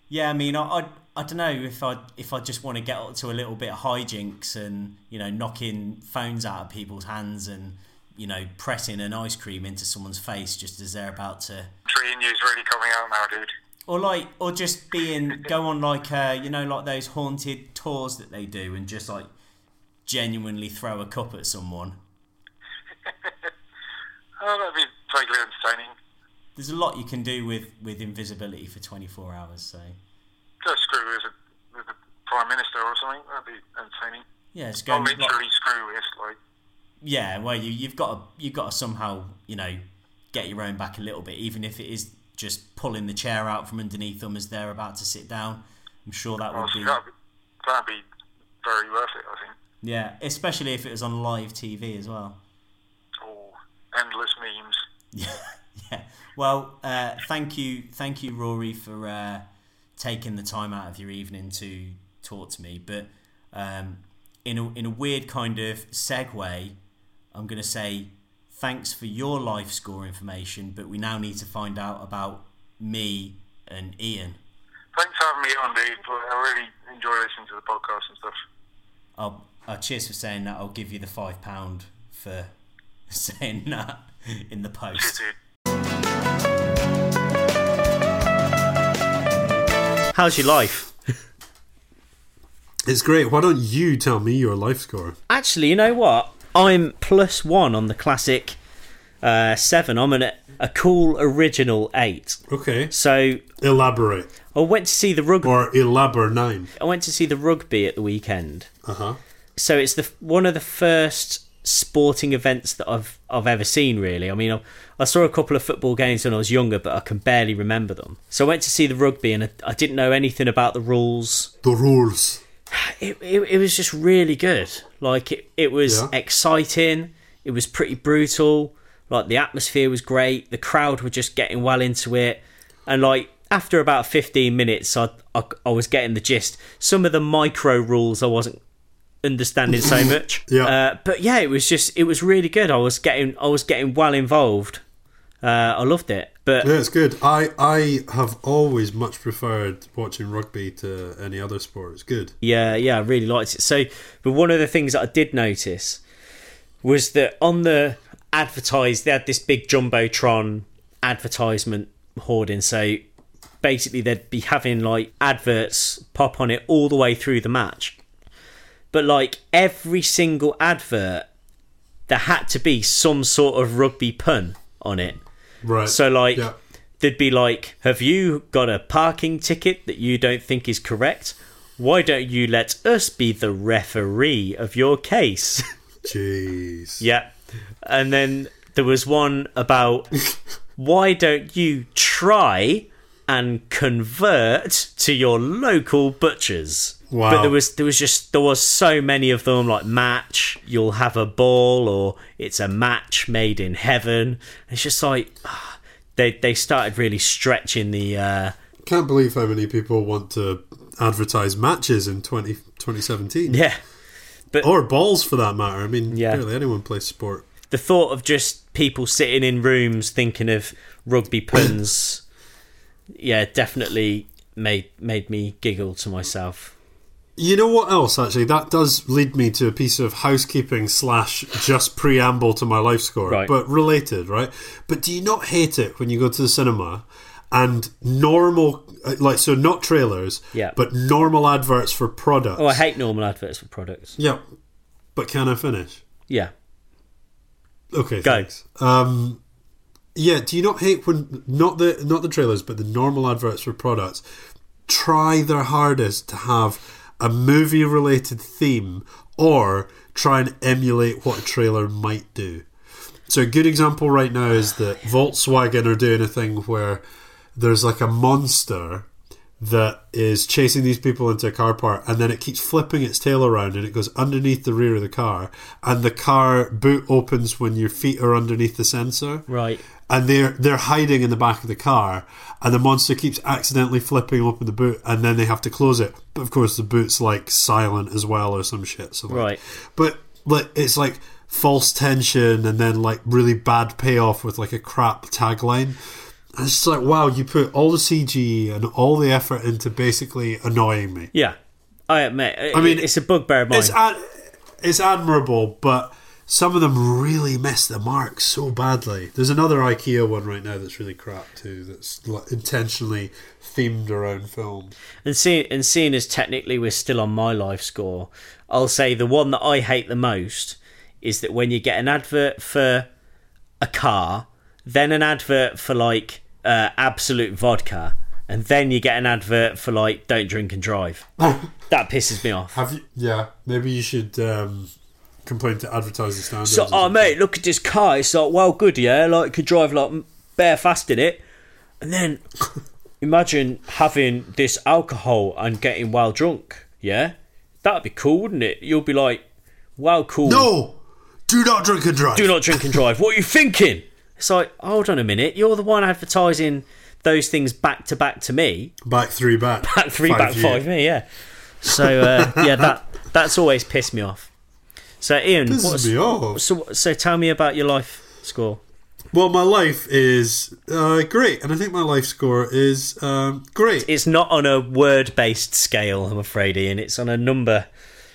F: yeah, I mean, I, I, I don't know if I if I just want to get up to a little bit of hijinks and you know knocking phones out of people's hands and you know pressing an ice cream into someone's face just as they're about to,
E: Tree and you's really coming out now, dude.
F: or like, or just being go on like uh, you know like those haunted tours that they do and just like genuinely throw a cup at someone.
E: Oh, that'd be vaguely entertaining.
F: There's a lot you can do with with invisibility for 24 hours. So.
E: Just screw with the, with the prime minister or something. That'd be entertaining.
F: Yeah, it's going.
E: Not literally screw with like.
F: yeah, well, you, you've got to you've got to somehow you know get your own back a little bit, even if it is just pulling the chair out from underneath them as they're about to sit down. I'm sure that would
E: honestly,
F: be
E: that'd be that'd be very worth it. I think.
F: yeah, especially if it was on live TV as well.
E: Oh, endless memes.
F: Yeah, yeah. Well, uh, thank you, thank you, Rory, for uh, taking the time out of your evening to talk to me. But um, in a in a weird kind of segue, I'm going to say thanks for your life score information. But we now need to find out about me and Ian.
E: Thanks for having me on, dude. I really enjoy listening to the podcast and stuff.
F: I'll, uh, cheers for saying that. I'll give you the five pound for saying that in the
E: Cheers,
F: post.
E: dude.
B: How's your life?
A: It's great. Why don't you tell me your life score?
B: Actually, you know what? I'm plus one on the classic uh, seven. I'm an, a cool original eight.
A: Okay.
B: So
A: Elaborate.
B: I went to see the rugby.
A: Or elaborate nine.
B: I went to see the rugby at the weekend.
A: Uh huh.
B: so it's the one of the first sporting events that I've I've ever seen. Really, I mean, I, I saw a couple of football games when I was younger, but I can barely remember them. So I went to see the rugby, and I, I didn't know anything about the rules.
A: The rules.
B: It it, it was just really good. Like it it was
A: Yeah.
B: exciting. It was pretty brutal. Like the atmosphere was great. The crowd were just getting well into it, and like. After about 15 minutes, I, I, I was getting the gist. Some of the micro rules I wasn't understanding so much.
A: Yeah.
B: Uh, but yeah, it was just it was really good. I was getting I was getting well involved. Uh, I loved it. But
A: Yeah, it's good. I I have always much preferred watching rugby to any other sport. It's good.
B: yeah, yeah, I really liked it. So, but one of the things that I did notice was that on the advertise they had this big jumbotron advertisement hoarding. So basically, they'd be having like adverts pop on it all the way through the match. But like every single advert, there had to be some sort of rugby pun on it.
A: Right.
B: So like
A: Yeah.
B: there'd be like, have you got a parking ticket that you don't think is correct? Why don't you let us be the referee of your case?
A: Jeez.
B: yeah. And then there was one about why don't you try and convert to your local butchers.
A: Wow.
B: But there was there was just there was so many of them like match, you'll have a ball or it's a match made in heaven. It's just like ah, they they started really stretching the uh
A: Can't believe how many people want to advertise matches in 20, 2017.
B: yeah.
A: Or balls for that matter. I mean,
B: Yeah.
A: barely anyone plays sport.
B: The thought of just people sitting in rooms thinking of rugby puns yeah, definitely made made me giggle to myself.
A: You know what else, actually? That does lead me to a piece of housekeeping slash just preamble to my life score,
B: Right.
A: but related, right? But do you not hate it when you go to the cinema and normal, uh, like, so not trailers,
B: Yeah.
A: but normal adverts for products?
B: Oh, I hate normal adverts for products.
A: Yeah, but can I finish?
B: Yeah.
A: Okay,
B: Go.
A: thanks. Um, yeah, do you not hate when not the not the trailers, but the normal adverts for products try their hardest to have a movie related theme or try and emulate what a trailer might do. So a good example right now is that Volkswagen are doing a thing where there's like a monster that is chasing these people into a car park and then it keeps flipping its tail around and it goes underneath the rear of the car and the car boot opens when your feet are underneath the sensor
B: Right.
A: and they're they're hiding in the back of the car and the monster keeps accidentally flipping open the boot and then they have to close it but of course the boot's like silent as well or some shit so like-
B: Right.
A: but like it's like false tension and then like really bad payoff with like a crap tagline and it's just like wow you put all the cg and all the effort into basically annoying me
B: Yeah. I admit. I mean,
A: mean,
B: it's a bugbear of mine.
A: it's ad- it's admirable, but some of them really miss the mark so badly. There's another IKEA one right now that's really crap too. That's like intentionally themed around films.
B: and seeing and seeing as technically we're still on my life score, I'll say the one that I hate the most is that when you get an advert for a car, then an advert for like uh, absolute vodka, and then you get an advert for like don't drink and drive. that pisses me off.
A: Have you? Yeah, maybe you should um, complain to advertising standards.
B: So,
A: or
B: oh
A: something.
B: mate, look at this car. It's like well good, yeah. Like could drive like m- bare fast in it, and then imagine having this alcohol and getting well drunk. Yeah, that'd be cool, wouldn't it? You'll be like, wow, cool.
A: no, do not drink and drive.
B: do not drink and drive. What are you thinking? It's like, hold on a minute. You're the one advertising those things back to back to me.
A: back three back
B: Back three, back
A: you.
B: five, me. Yeah. So uh, yeah, that that's always pissed me off. So Ian,
A: Pisses
B: what's,
A: me off.
B: so so tell me about your life score.
A: Well, my life is uh, great, and I think my life score is um, great.
B: it's not on a word based scale, I'm afraid, Ian. It's on a number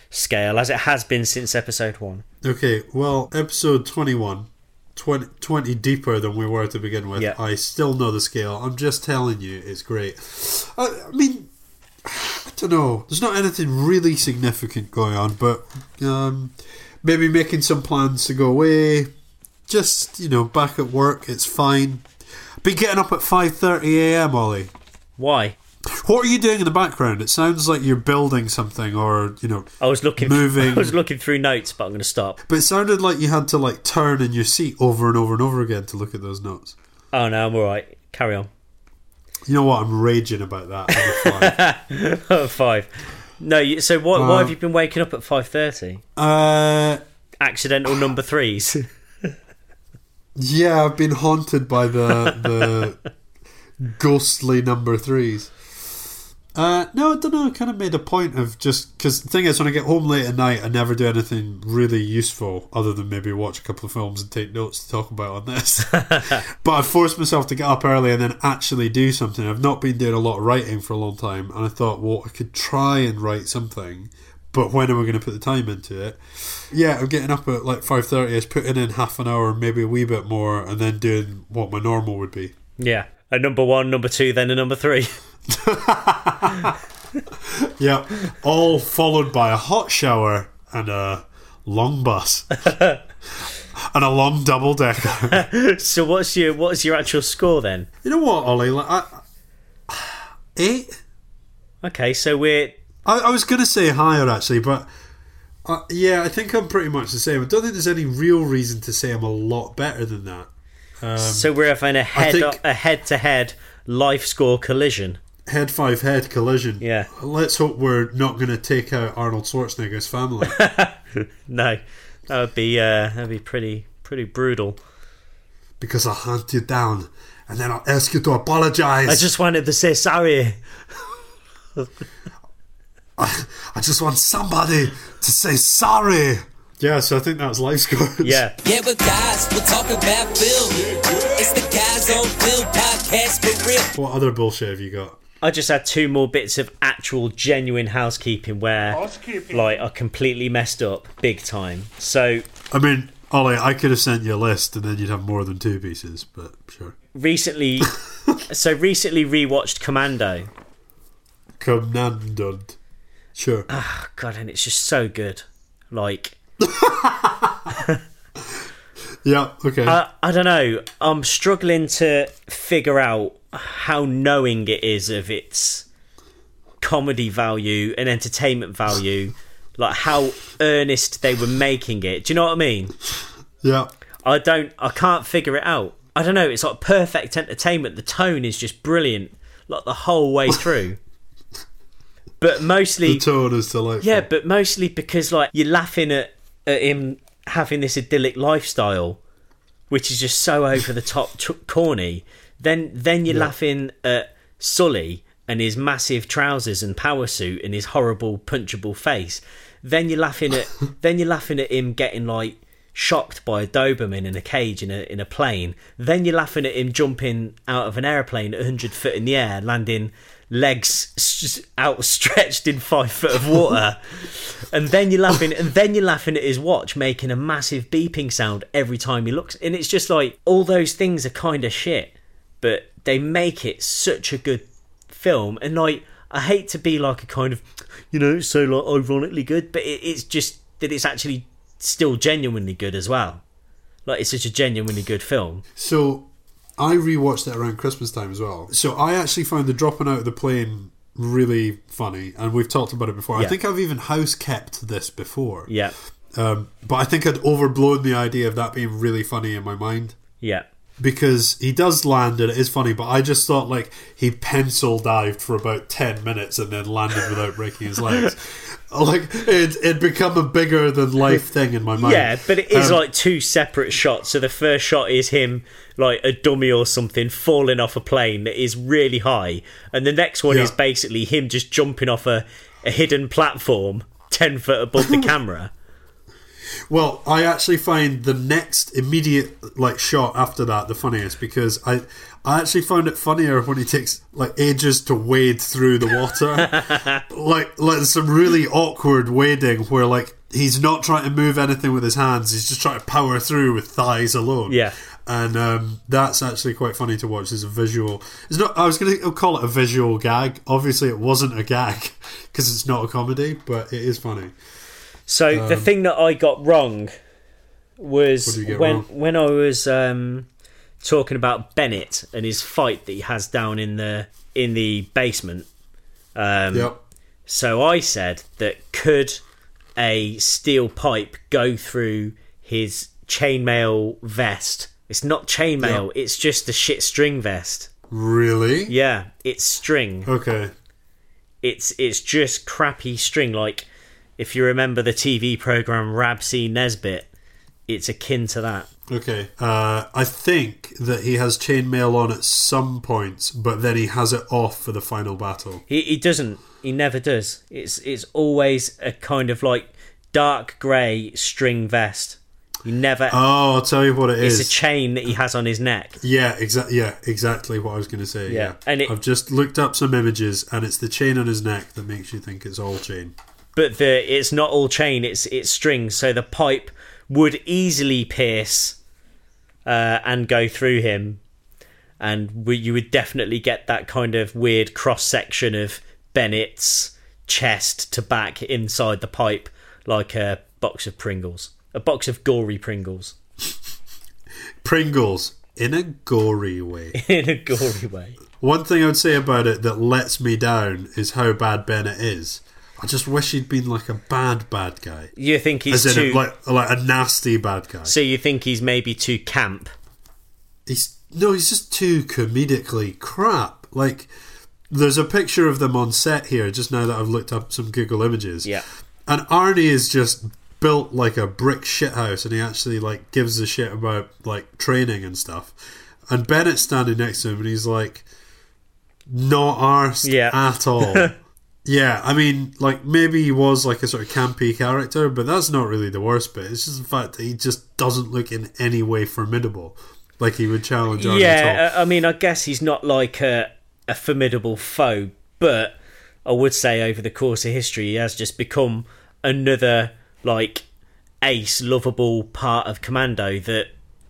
B: scale, as it has been since episode one.
A: Okay, well, episode 21, 20, 20 deeper than we were to begin with.
B: Yeah.
A: I still know the scale. I'm just telling you, it's great. I, I mean, I don't know. There's not anything really significant going on, but um, maybe making some plans to go away. Just you know, back at work, it's fine. Be getting up at five thirty a.m. Ollie.
B: Why?
A: What are you doing in the background? It sounds like you're building something, or you know,
B: I was looking
A: Moving.
B: I was looking through notes, but I'm gonna stop.
A: But it sounded like you had to like turn in your seat over and over and over again to look at those notes.
B: Oh no, I'm alright. Carry on.
A: You know what? I'm raging about that. I'm a five.
B: Five. No, you- so why, why have you been waking up at five thirty?
A: uh,
B: Accidental number threes.
A: yeah, I've been haunted by the the ghostly number threes. Uh, no, I don't know. I kind of made a point of just because the thing is, when I get home late at night, I never do anything really useful other than maybe watch a couple of films and take notes to talk about on this. but I forced myself to get up early and then actually do something. I've not been doing a lot of writing for a long time, and I thought, well, I could try and write something, but when am I going to put the time into it? Yeah, I'm getting up at like five thirty. Is putting in half an hour, maybe a wee bit more, and then doing what my normal would be.
B: yeah. A number one, number two, then a number three.
A: Yeah, all followed by a hot shower and a long bus and a long double decker.
B: so what's your what's your actual score then?
A: You know what, Ollie? Like, I, eight.
B: Okay, so we're
A: Eh? I, I was going to say higher actually, but uh, yeah, I think I'm pretty much the same. I don't think there's any real reason to say I'm a lot better than that.
B: so we're having a head
A: Um, think-
B: a head to head life score collision.
A: Head five head collision.
B: Yeah.
A: Let's hope we're not going to take out Arnold Schwarzenegger's family.
B: No, that would be uh, that'd be pretty pretty brutal.
A: because I hunt you down and then I'll ask you to apologize.
B: I just wanted to say sorry.
A: I just want somebody to say sorry. Yeah, so I think that's life scores.
B: Yeah,
G: Yeah, we're guys, we're talking about Bill. It's the Guys on Bill podcast for real.
A: What other bullshit have you got?
B: I just had two more bits of actual genuine housekeeping where
C: Housekeeping.
B: like I completely messed up big time. So
A: I mean, Ollie, I could have sent you a list and then you'd have more than two pieces, but sure.
B: recently, so recently rewatched Commando.
A: Commandant. Sure.
B: Ah. God, and it's just so good. Like
A: yeah, okay.
B: I, I don't know. I'm struggling to figure out how knowing it is of its comedy value and entertainment value, like how earnest they were making it. Do you know what I mean?
A: yeah.
B: I don't. I can't figure it out. I don't know. It's like perfect entertainment. The tone is just brilliant, like the whole way through. but mostly,
A: The tone is delightful.
B: yeah, but mostly because like you're laughing at, at him having this idyllic lifestyle, which is just so over the top t- corny. Then then you're laughing at Sully and his massive trousers and power suit and his horrible punchable face. Then you're laughing at then you're laughing at him getting like shocked by a Doberman in a cage in a in a plane. Then you're laughing at him jumping out of an airplane at hundred foot in the air, landing legs s- outstretched in five foot of water. and then you're laughing and then you're laughing at his watch making a massive beeping sound every time he looks and it's just like all those things are kind of shit but they make it such a good film and like i hate to be like a kind of you know it's so like ironically good but it, it's just that it's actually still genuinely good as well like it's such a genuinely good film
A: So I rewatched it around Christmas time as well. So I actually found the dropping out of the plane really funny, and we've talked about it before. I
B: Yeah.
A: think I've even house kept this before.
B: yeah
A: Um, but I think I'd overblown the idea of that being really funny in my mind
B: yeah
A: because he does land and it is funny. But I just thought like he pencil dived for about ten minutes and then landed without breaking his legs. Like it, it become a bigger than life thing in my mind.
B: Yeah, but it is
A: Um,
B: like two separate shots. So the first shot is him like a dummy or something falling off a plane that is really high, and the next one
A: Yeah.
B: is basically him just jumping off a, a hidden platform ten foot above the camera.
A: Well, I actually find the next immediate like shot after that the funniest because I I actually found it funnier when he takes like ages to wade through the water. like like some really awkward wading where like he's not trying to move anything with his hands, he's just trying to power through with thighs alone.
B: Yeah.
A: And um, that's actually quite funny to watch as a visual. It's not. I was going to call it a visual gag. Obviously, it wasn't a gag because it's not a comedy, but it is funny.
B: So the thing that I got wrong
A: Um, What
B: was
A: did you
B: when
A: get wrong?
B: when I was um, talking about Bennett and his fight that he has down in the in the basement. Um,
A: Yep.
B: So I said that could a steel pipe go through his chainmail vest? It's not chainmail, it's just a shit string vest.
A: Really?
B: Yeah, it's string.
A: Okay.
B: It's it's just crappy string like if you remember the TV program Rabsy Nesbit, it's akin to that.
A: Okay. Uh, I think that he has chainmail on at some points, but then he has it off for the final battle.
B: He he doesn't. He never does. It's it's always a kind of like dark grey string vest. He never
A: Oh, I'll tell you what it
B: it's
A: is.
B: a chain that he has on his neck.
A: yeah, exactly. Yeah, exactly what I was going to say. Yeah,
B: and it-
A: I've just looked up some images, and it's the chain on his neck that makes you think it's all chain.
B: but the it's not all chain it's it's string so the pipe would easily pierce uh, and go through him and we, you would definitely get that kind of weird cross section of bennett's chest to back inside the pipe like a box of pringles a box of gory pringles
A: Pringles in a gory way.
B: in a gory way
A: One thing I would say about it that lets me down is how bad Bennett is. I just wish he'd been like a bad bad guy,
B: you think he's
A: as in
B: too
A: like like a nasty bad guy.
B: so you think he's maybe too camp
A: he's no, he's just too comedically crap. Like there's a picture of them on set here just now that I've looked up some Google images.
B: Yeah.
A: And Arnie is just built like a brick shithouse and he actually like gives a shit about like training and stuff. And Bennett's standing next to him and he's like not arsed
B: Yeah.
A: at all. yeah, I mean, like maybe he was like a sort of campy character, but that's not really the worst bit. It's just the fact that he just doesn't look in any way formidable. Like he would challenge Arnie at all.
B: Yeah, uh, I I mean, I guess he's not like a, a formidable foe, but I would say over the course of history, he has just become another like ace, lovable part of Commando that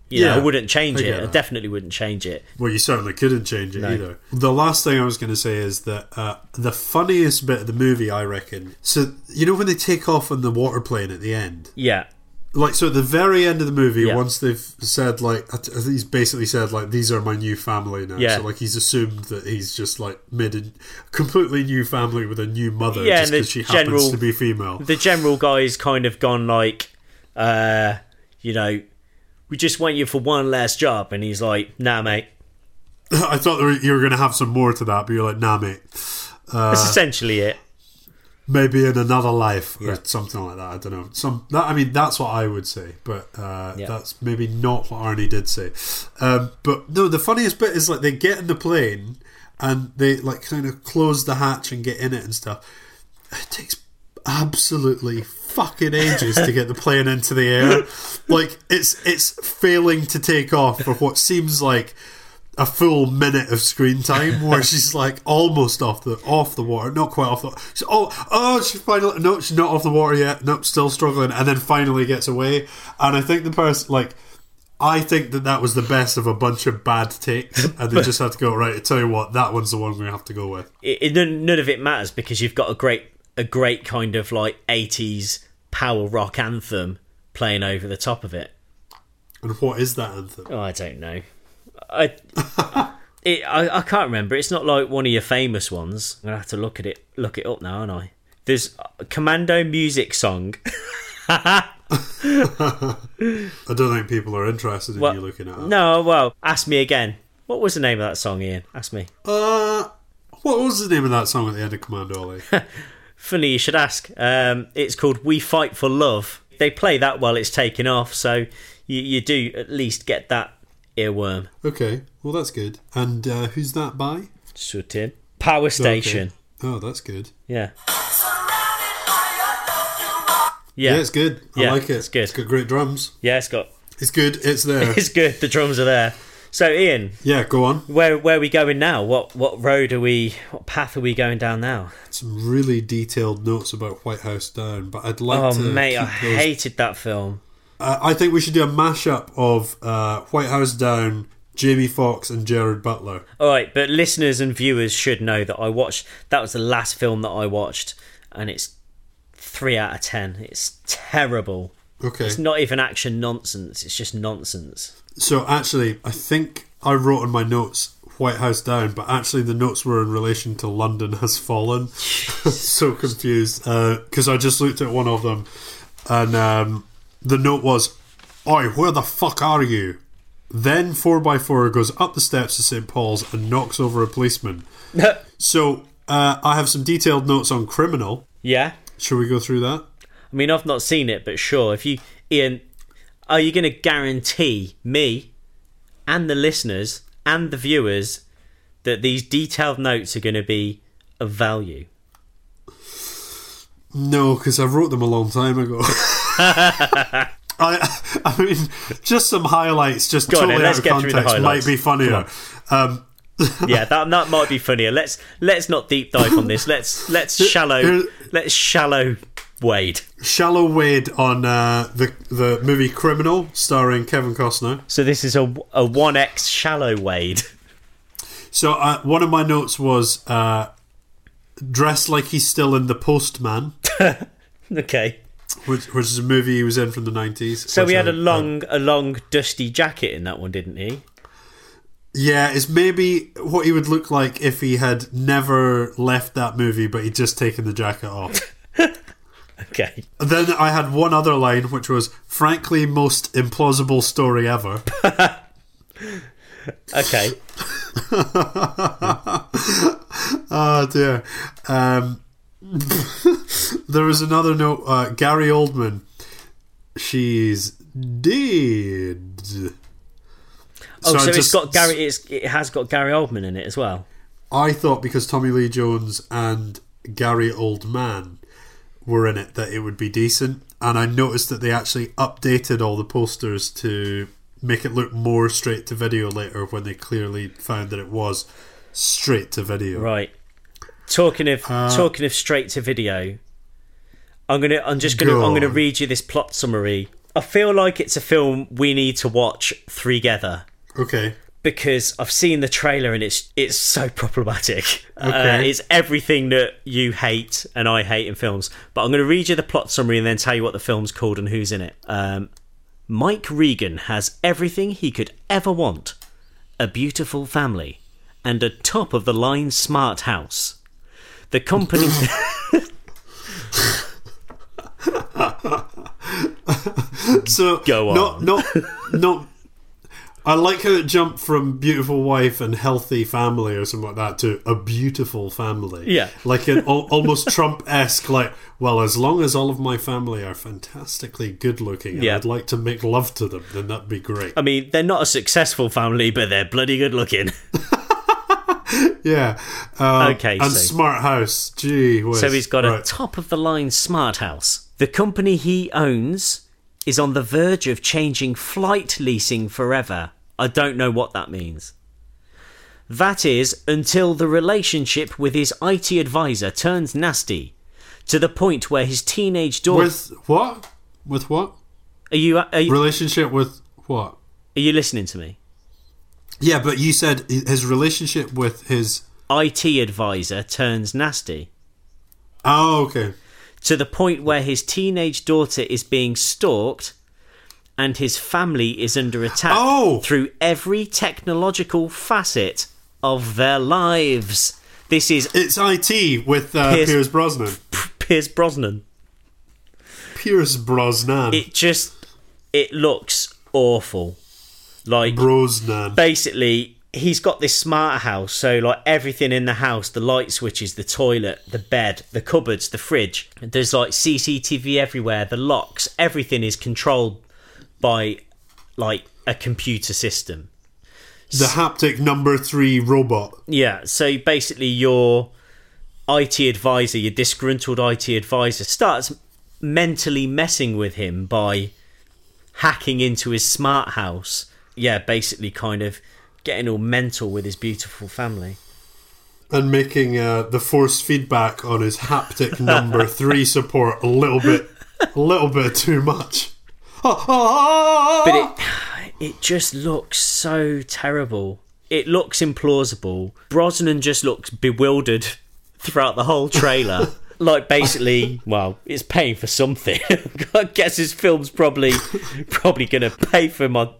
B: you
A: Yeah,
B: know I wouldn't change
A: I
B: it.
A: get
B: I
A: that.
B: definitely wouldn't change it.
A: Well, you certainly couldn't change it either. The last thing I was going to say is that uh, the funniest bit of the movie, I reckon. So you know when they take off on the water plane at the end,
B: Yeah,
A: like so at the very end of the movie,
B: Yeah.
A: once they've said like I th- he's basically said like these are my new family now.
B: Yeah.
A: So like he's assumed that he's just like made a completely new family with a new mother
B: Yeah,
A: just
B: and the
A: because she
B: general-
A: happens to be female.
B: the general guy's kind of gone like, uh, you know, we just want you for one last job, and he's like, nah, mate.
A: I thought there were, you were going to have some more to that, but you're like, nah, mate. Uh,
B: That's essentially it.
A: maybe in another life or something like that. I don't know. Some that I mean, that's what I would say, but uh,
B: Yeah.
A: that's maybe not what Arnie did say. Um, but no, the funniest bit is like they get in the plane and they like kind of close the hatch and get in it and stuff. It takes absolutely fucking ages to get the plane into the air. Like it's it's failing to take off for what seems like a full minute of screen time where she's like almost off the off the water, not quite off the. She's, oh, oh, she finally no, she's not off the water yet. Nope, still struggling, and then finally gets away. And I think the person like. I think that that was the best of a bunch of bad takes, and they just had to go right. I tell you what, that one's the one we have to go with.
B: it, it- none, none of it matters because you've got a great a great kind of like 80s power rock anthem playing over the top of it
A: And what is that anthem?
B: oh, i don't know i it, I, I can't remember it's not like one of your famous ones i'm gonna have to look at it look it up now aren't i there's a commando music song
A: I don't think people are interested in
B: Well,
A: you looking at it.
B: no well ask me again what was the name of that song ian ask me
A: Uh, what was the name of that song at the end of Commando Ollie?
B: funny you should ask um, it's called we fight for love they play that while it's taking off so you, you do at least get that earworm
A: okay, well that's good. And uh, who's that by?
B: Shut in. Power Station.
A: Okay. Oh, that's good.
B: Yeah.
A: Yeah,
B: Yeah.
A: it's good. I
B: Yeah,
A: like it.
B: it's good.
A: It's got great drums.
B: yeah, it's got.
A: It's good. It's there.
B: It's good. The drums are there. So, Ian,
A: yeah, go on.
B: where where are we going now? What what road are we? What path are we going down now?
A: Some really detailed notes about White House Down, but I'd like
B: Oh
A: to.
B: mate,
A: keep
B: I
A: those-
B: hated that film.
A: Uh, I think we should do a mashup of uh, White House Down, Jamie Foxx, and Jared Butler.
B: All right, but listeners and viewers should know that I watched. That was the last film that I watched, and it's three out of ten. It's terrible.
A: Okay.
B: It's not even action nonsense. It's just nonsense.
A: So actually, I think I wrote in my notes White House Down, but actually the notes were in relation to London Has Fallen. so confused because I just looked at one of them, and um, the note was, "Oi, where the fuck are you?" Then four x four goes up the steps to St Paul's and knocks over a policeman. so uh, I have some detailed notes on criminal.
B: yeah.
A: Should we go through that?
B: I mean, I've not seen it, but sure. If you, Ian, are you going to guarantee me and the listeners and the viewers that these detailed notes are going to be of value?
A: No, because I wrote them a long time ago. I, I mean, just some highlights, just
B: Go on
A: totally
B: then, let's
A: out of
B: get through the
A: context, might
B: highlights.
A: be funnier. Um,
B: Yeah, that that might be funnier. Let's let's not deep dive on this. Let's let's shallow
A: here-
B: let's shallow wade.
A: Shallow Wade on uh, the the movie Criminal, starring Kevin Costner.
B: So this is a a one x shallow wade.
A: So uh, one of my notes was uh, dressed like he's still in the Postman,
B: Okay.
A: which, which is a movie he was in from the nineties.
B: So we had a
A: Um,
B: long a long dusty jacket in that one, didn't he?
A: Yeah, it's maybe what he would look like if he had never left that movie, but he'd just taken the jacket off.
B: Okay.
A: Then I had one other line, which was frankly most implausible story ever.
B: Okay.
A: Oh dear. Um, there was another note. Uh, Gary Oldman. She's dead.
B: Oh, so,
A: I
B: it's
A: just-
B: got Gary. It's, it has got Gary Oldman in it as well.
A: I thought because Tommy Lee Jones and Gary Oldman were in it that it would be decent, and I noticed that they actually updated all the posters to make it look more straight to video later when they clearly found that it was straight to video.
B: Right. Talking of
A: Uh,
B: talking of straight to video, I'm gonna. I'm just gonna.
A: Go
B: I'm gonna
A: on.
B: read you this plot summary. I feel like it's a film we need to watch three together.
A: Okay.
B: because I've seen the trailer and it's it's so problematic. Uh,
A: Okay.
B: it's everything that you hate and I hate in films. But I'm going to read you the plot summary and then tell you what the film's called and who's in it. Um, Mike Regan has everything he could ever want: a beautiful family and a top of the line smart house. The company.
A: So
B: Go on.
A: Not, not, not. I like how it jumped from beautiful wife and healthy family or something like that to a beautiful family.
B: Yeah.
A: like an al- almost Trump esque. Like, well, as long as all of my family are fantastically good looking, and
B: Yeah. Um,
A: I'd like to make love to them, then that'd be great.
B: I mean, they're not a successful family, but they're bloody good looking.
A: yeah. Um,
B: Okay,
A: And
B: so-
A: smart house. Gee whiz.
B: So he's got a
A: Right.
B: top of the line smart house. The company he owns is on the verge of changing flight leasing forever. I don't know what that means. That is, until the relationship with his IT advisor turns nasty to the point where his teenage daughter.
A: with what? With what
B: are, you, are, you,
A: relationship with what?
B: are you listening to me?
A: Yeah, but you said his relationship with his.
B: IT advisor turns nasty.
A: Oh, okay.
B: to the point where his teenage daughter is being stalked and his family is under attack
A: Oh!
B: through every technological facet of their lives. This is
A: It's IT with uh,
B: Pierce-
A: Pierce, Brosnan.
B: Piers Brosnan.
A: Pierce Brosnan.
B: It just it looks awful. Like
A: Brosnan.
B: basically he's got this smart house so like everything in the house the light switches the toilet the bed the cupboards the fridge there's like cctv everywhere the locks everything is controlled by like a computer system
A: The haptic number three robot.
B: yeah so basically your it advisor your disgruntled it advisor starts mentally messing with him by hacking into his smart house yeah basically kind of getting all mental with his beautiful family
A: And making uh, the force feedback on his haptic number three support a little bit, a little bit too much.
B: but it
A: Oh.
B: it just looks so terrible. It looks implausible. Brosnan just looks bewildered throughout the whole trailer. like basically, well, it's paying for something. I guess his film's probably probably going to pay for my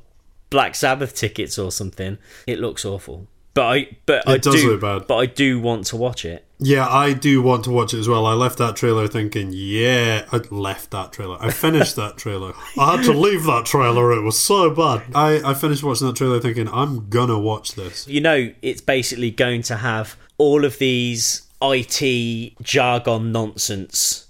B: Black Sabbath tickets or something. It looks awful. But I but I
A: It does
B: do
A: look bad.
B: but I do want to watch it.
A: Yeah, I do want to watch it as well. I left that trailer thinking, yeah, I left that trailer. I finished that trailer. I had to leave that trailer. It was so bad. I, I finished watching that trailer thinking, I'm gonna watch this.
B: you know it's basically going to have all of these IT jargon nonsense.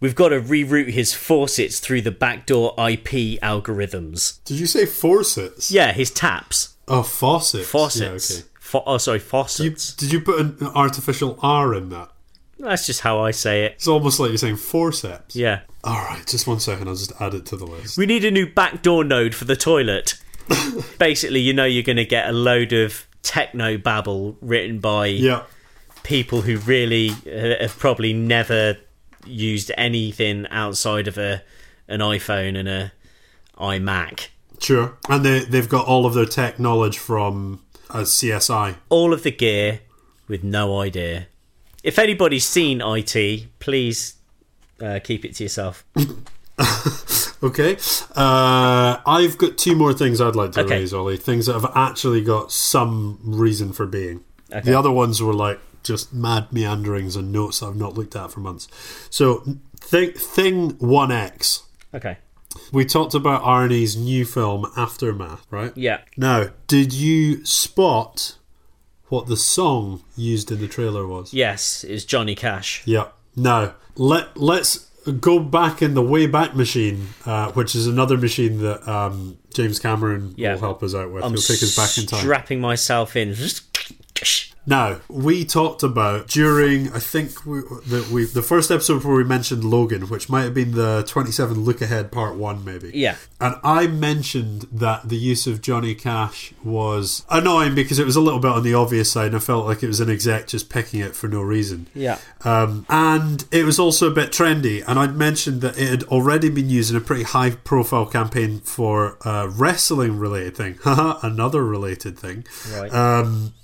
B: We've got to reroute his faucets through the backdoor IP algorithms.
A: Did you say faucets?
B: Yeah, his taps,
A: Oh, faucets.
B: faucets.
A: Yeah, okay.
B: Fa- oh, sorry,
A: You,
B: faucets.
A: did you put an, an artificial R in that?
B: That's just how I say it.
A: It's almost like you're saying forceps.
B: Yeah,
A: All right, just one second. I'll just add it to the list.
B: we need a new backdoor node for the toilet. basically, you know you're going to get a load of techno babble written by
A: Yeah.
B: people who really uh, have probably never used anything outside of a an iPhone and a iMac.
A: Sure. And they they've got all of their tech knowledge from uh, CSI.
B: All of the gear with no idea. If anybody's seen IT, please uh, keep it to yourself.
A: Okay. Uh, I've got two more things I'd like to
B: Okay.
A: raise, Ollie. Things that have actually got some reason for being. The other ones were like just mad meanderings and notes that I've not looked at for months. So, thing thing one X.
B: Okay.
A: We talked about Arnie's new film, Aftermath, right?
B: Yeah.
A: Now, did you spot what the song used in the trailer was?
B: Yes, it's Johnny Cash.
A: Yeah. Now let let's go back in the Wayback Machine, uh, which is another machine that um, James Cameron
B: Yeah.
A: will help us out with.
B: I'm
A: He'll take us back in time.
B: strapping myself in.
A: Now we talked about during I think we, that we the first episode where we mentioned Logan, which might have been the twenty seven look ahead part one, maybe.
B: Yeah.
A: And I mentioned that the use of Johnny Cash was annoying because it was a little bit on the obvious side, and I felt like it was an exec just picking it for no reason.
B: Yeah.
A: Um, and it was also a bit trendy. And I'd mentioned that it had already been used in a pretty high profile campaign for a wrestling related thing. Haha, another related thing.
B: Right.
A: Um,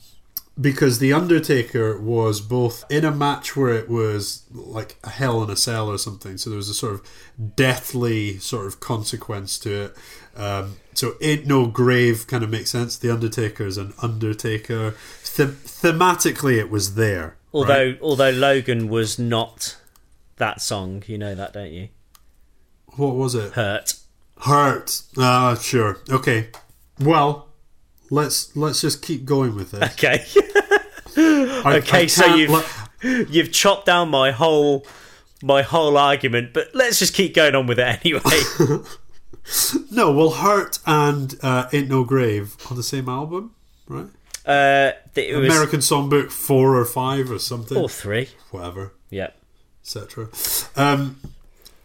A: because The Undertaker was both in a match where it was like a hell in a cell or something. So there was a sort of deathly sort of consequence to it. Um, so Ain't No Grave kind of makes sense. The Undertaker is an Undertaker. Them- thematically, it was there.
B: although although Logan was not that song, you know that, don't you?
A: What was it?
B: Hurt.
A: Hurt. Ah, sure. Okay. Well, let's let's just keep going with this.
B: Okay.
A: I- I
B: Okay, so
A: can't
B: you've-
A: let-
B: You've chopped down my whole my whole argument, but let's just keep going on with it anyway.
A: no. Well, Hurt and uh, Ain't No Grave on the same album, right?
B: uh, it was
A: American Songbook four or five or something,
B: all three.
A: whatever,
B: Yep.
A: etc. Um,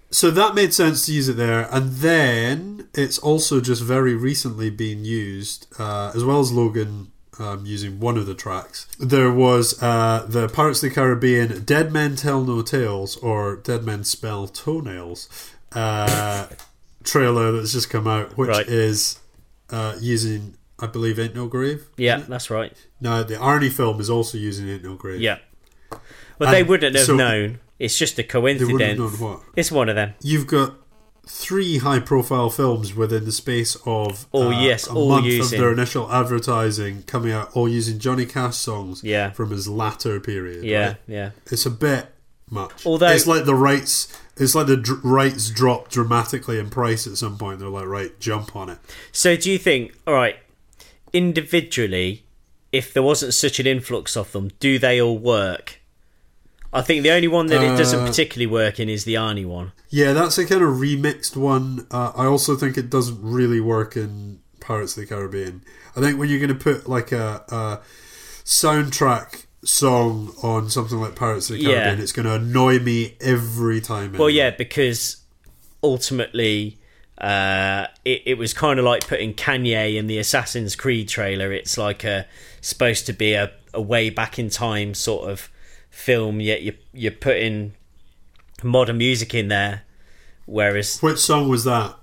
A: so that made sense to use it there, and then it's also just very recently been used, uh, as well as Logan um, using one of the tracks. There was uh, the Pirates of the Caribbean "Dead Men Tell No Tales" or "Dead Men Spell Toenails" uh, trailer that's just come out, which
B: Right.
A: is uh, using, I believe, "Ain't No Grave."
B: Yeah, that's right.
A: Now the Arnie film is also using "Ain't No Grave."
B: Yeah. Well, they
A: And
B: wouldn't have
A: so-
B: known. It's just a
A: they
B: coincidence.
A: wouldn't have known what.
B: It's one of them.
A: you've got three high profile films within the space of uh,
B: Oh, yes,
A: a
B: all
A: month
B: using-
A: of their initial advertising coming out all using Johnny Cash songs
B: Yeah.
A: from his latter period
B: Yeah,
A: right?
B: yeah.
A: it's a bit much
B: Although-
A: it's like the rights it's like the dr- rights drop dramatically in price at some point they're like right jump on it
B: So do you think, all right, individually, if there wasn't such an influx of them, do they all work? I think the only one that it doesn't
A: Uh,
B: particularly work in is the Arnie one.
A: yeah that's a kind of remixed one uh, I also think it doesn't really work in Pirates of the Caribbean I think when you're going to put like a, a soundtrack song on something like Pirates of the
B: Yeah.
A: Caribbean, it's going to annoy me every time.
B: Well, yeah, because ultimately, uh, it, it was kind of like putting Kanye in the Assassin's Creed trailer. It's like a supposed to be a, a way back in time sort of film, yet you you're putting modern music in there. Whereas
A: Which song was that?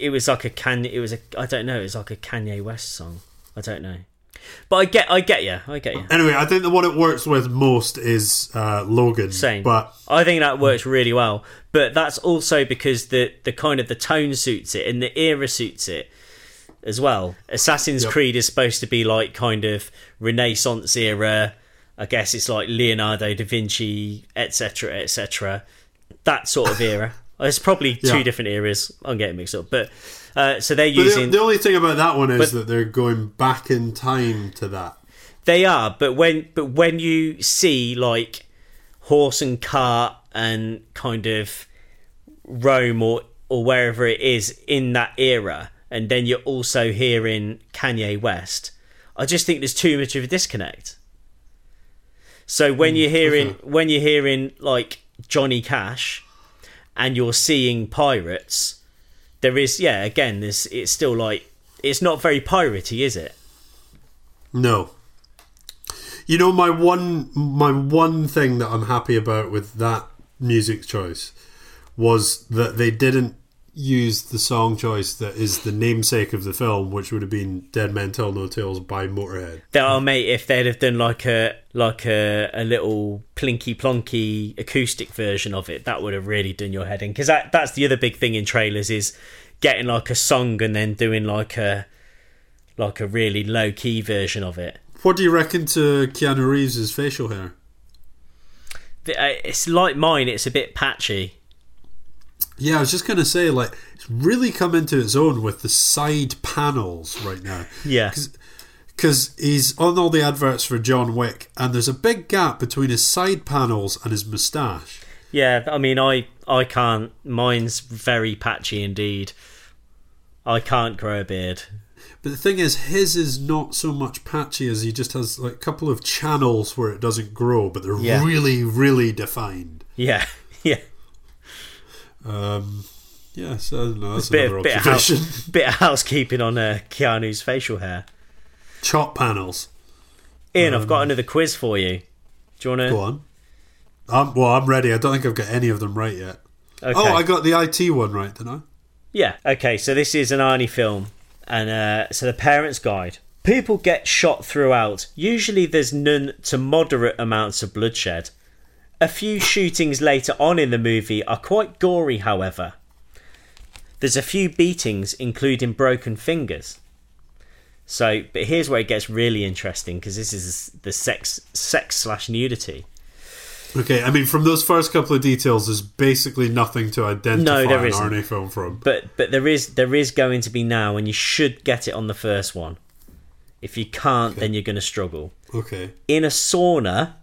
B: it was like a can it was a I don't know it was like a Kanye West song I don't know but I get I get you I get you
A: Anyway, I think the one it works with most is uh, Logan.
B: same
A: But
B: I think that works really well but that's also because the the kind of the tone suits it and the era suits it as well Assassin's Creed is supposed to be like kind of Renaissance era I guess it's like Leonardo da Vinci etc etc that sort of era it's probably two
A: Yeah.
B: different eras I'm getting mixed up but uh, so they're
A: but the,
B: using
A: the only thing about that one is
B: But-
A: that they're going back in time to that.
B: They are, but when but when you see like horse and cart and kind of Rome or or wherever it is in that era, and then you're also hearing Kanye West, I just think there's too much of a disconnect. So when you're hearing when you're hearing like Johnny Cash and you're seeing pirates, there is yeah, again, there's it's still like it's not very piratey, is it?
A: No. You know my one my one thing that I'm happy about with that music choice was that they didn't use the song choice that is the namesake of the film, which would have been "Dead Men Tell No Tales" by Motorhead.
B: that oh mate if they'd have done like a like a, a little plinky plonky acoustic version of it that would have really done your head in because that that's the other big thing in trailers is getting like a song and then doing like a like a really low key version of it
A: What do you reckon to Keanu Reeves' facial hair?
B: The- uh, it's like mine it's a bit patchy
A: Yeah, I was just gonna say, like, it's really come into its own with the side panels right now.
B: Yeah.
A: Because he's on all the adverts for John Wick, and there's a big gap between his side panels and his moustache.
B: Yeah, I mean, I I can't. Mine's very patchy indeed. I can't grow a beard.
A: But the thing is, his is not so much patchy as he just has like a couple of channels where it doesn't grow, but they're
B: Yeah.
A: really, really defined.
B: Yeah, yeah.
A: Um, yeah, so I don't know. That's
B: Bit
A: another
B: of, bit, of
A: observation.
B: house, bit of housekeeping on uh, Keanu's facial hair.
A: Chop panels.
B: Ian, I've got another quiz for you. Do you want
A: Um, Go
B: to?
A: on. Um, well, I'm ready. I don't think I've got any of them right yet.
B: Okay.
A: Oh, I got the IT one right, didn't I?
B: Yeah. Okay, so this is an Arnie film. And uh, so the parents' guide. People get shot throughout. Usually there's none to moderate amounts of bloodshed. A few shootings later on in the movie are quite gory, however. There's a few beatings, including broken fingers. So, but here's where it gets really interesting because this is the sex, sex slash nudity.
A: Okay, I mean, from those first couple of details, there's basically nothing to identify
B: No, there
A: an
B: isn't.
A: RNA film from.
B: But but there is there is going to be now, and you should get it on the first one. If you can't, then you're going to struggle.
A: Okay.
B: In a sauna,